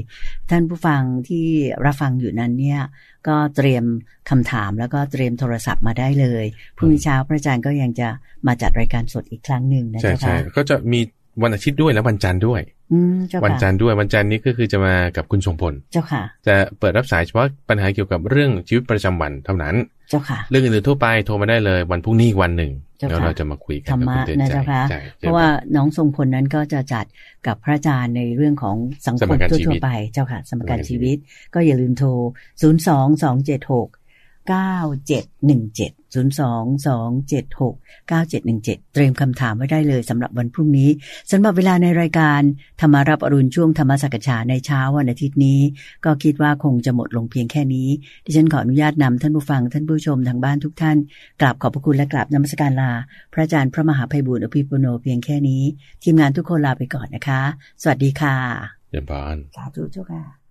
[SPEAKER 2] ท่านผู้ฟังที่รับฟังอยู่นั้นเนี่ย ก็เตรียมคำถามแล้วก็เตรียมโทรศัพท์มาได้เลยพรุ่งนี้เช้าพระอาจารย์ก็ยังจะมาจัดรายการสดอีกครั้งหนึ่งนะ
[SPEAKER 1] ใช่
[SPEAKER 2] เจ้า
[SPEAKER 1] ใช่
[SPEAKER 2] ค่ะ
[SPEAKER 1] ก็จะมีวันอาทิตย์ด้วยและวันจันทร์ด้วย
[SPEAKER 2] อืมเจ้า
[SPEAKER 1] วันจัน
[SPEAKER 2] ค่ะ
[SPEAKER 1] ทร์ด้วยวันจันทร์นี้ก็คือจะมากับคุณทรงพล
[SPEAKER 2] เจ้าค่ะ
[SPEAKER 1] จะเปิดรับสายเฉพาะปัญหาเกี่ยวกับเรื่องชีวิตประจำวันเท่านั้น
[SPEAKER 2] เจ้าค่ะ
[SPEAKER 1] เรื่องอื่นๆทั่วไปโทรมาได้เลยวันพรุ่งนี้อีกวันหนึ่ง
[SPEAKER 2] เจ้าค่ะ
[SPEAKER 1] แล้วเราจะมาคุยกัน
[SPEAKER 2] ธรร
[SPEAKER 1] กับ
[SPEAKER 2] มะ
[SPEAKER 1] คุณเตือน
[SPEAKER 2] นะ
[SPEAKER 1] ใจ
[SPEAKER 2] เจ้าค่ะ
[SPEAKER 1] ใช่
[SPEAKER 2] เพราะว่าน้องทรงพลนั้นก็จะจัดกับพระอาจารย์ในเรื่องของสังค
[SPEAKER 1] สม
[SPEAKER 2] ม
[SPEAKER 1] การชี
[SPEAKER 2] ทั่
[SPEAKER 1] วิ
[SPEAKER 2] ว
[SPEAKER 1] ต
[SPEAKER 2] ๆไปเจ้าค่ะ สม
[SPEAKER 1] ส
[SPEAKER 2] การ
[SPEAKER 1] มการชี
[SPEAKER 2] ชี
[SPEAKER 1] วิ
[SPEAKER 2] วิต
[SPEAKER 1] ต
[SPEAKER 2] ก็อย่าลืมโทร 0 2 2 7 6 9 7 1 7 0 2 2 7 6 9 7 1 7 เตรียมคำถามไว้ได้เลยสำหรับวันพรุ่งนี้สำหรับเวลาในรายการธรรมารับอรุณช่วงธรรมสักฉาในเช้าวันอาทิตย์นี้ ก็คิดว่าคงจะหมดลงเพียงแค่นี้ ดิฉันขออนุญาตนำท่านผู้ฟังท่านผู้ชมทางบ้านทุกท่านกราบขอบพระคุณและกราบนมัสการลา พระอาจารย์พระมหาไพบุญอภิปุโนเพียงแค่นี้ ทีมงานทุกคนลาไปก่อนนะคะ สวัสดีค่ะ
[SPEAKER 1] เยี่ยมบ้าน
[SPEAKER 2] สาธุเจ้าค่ะ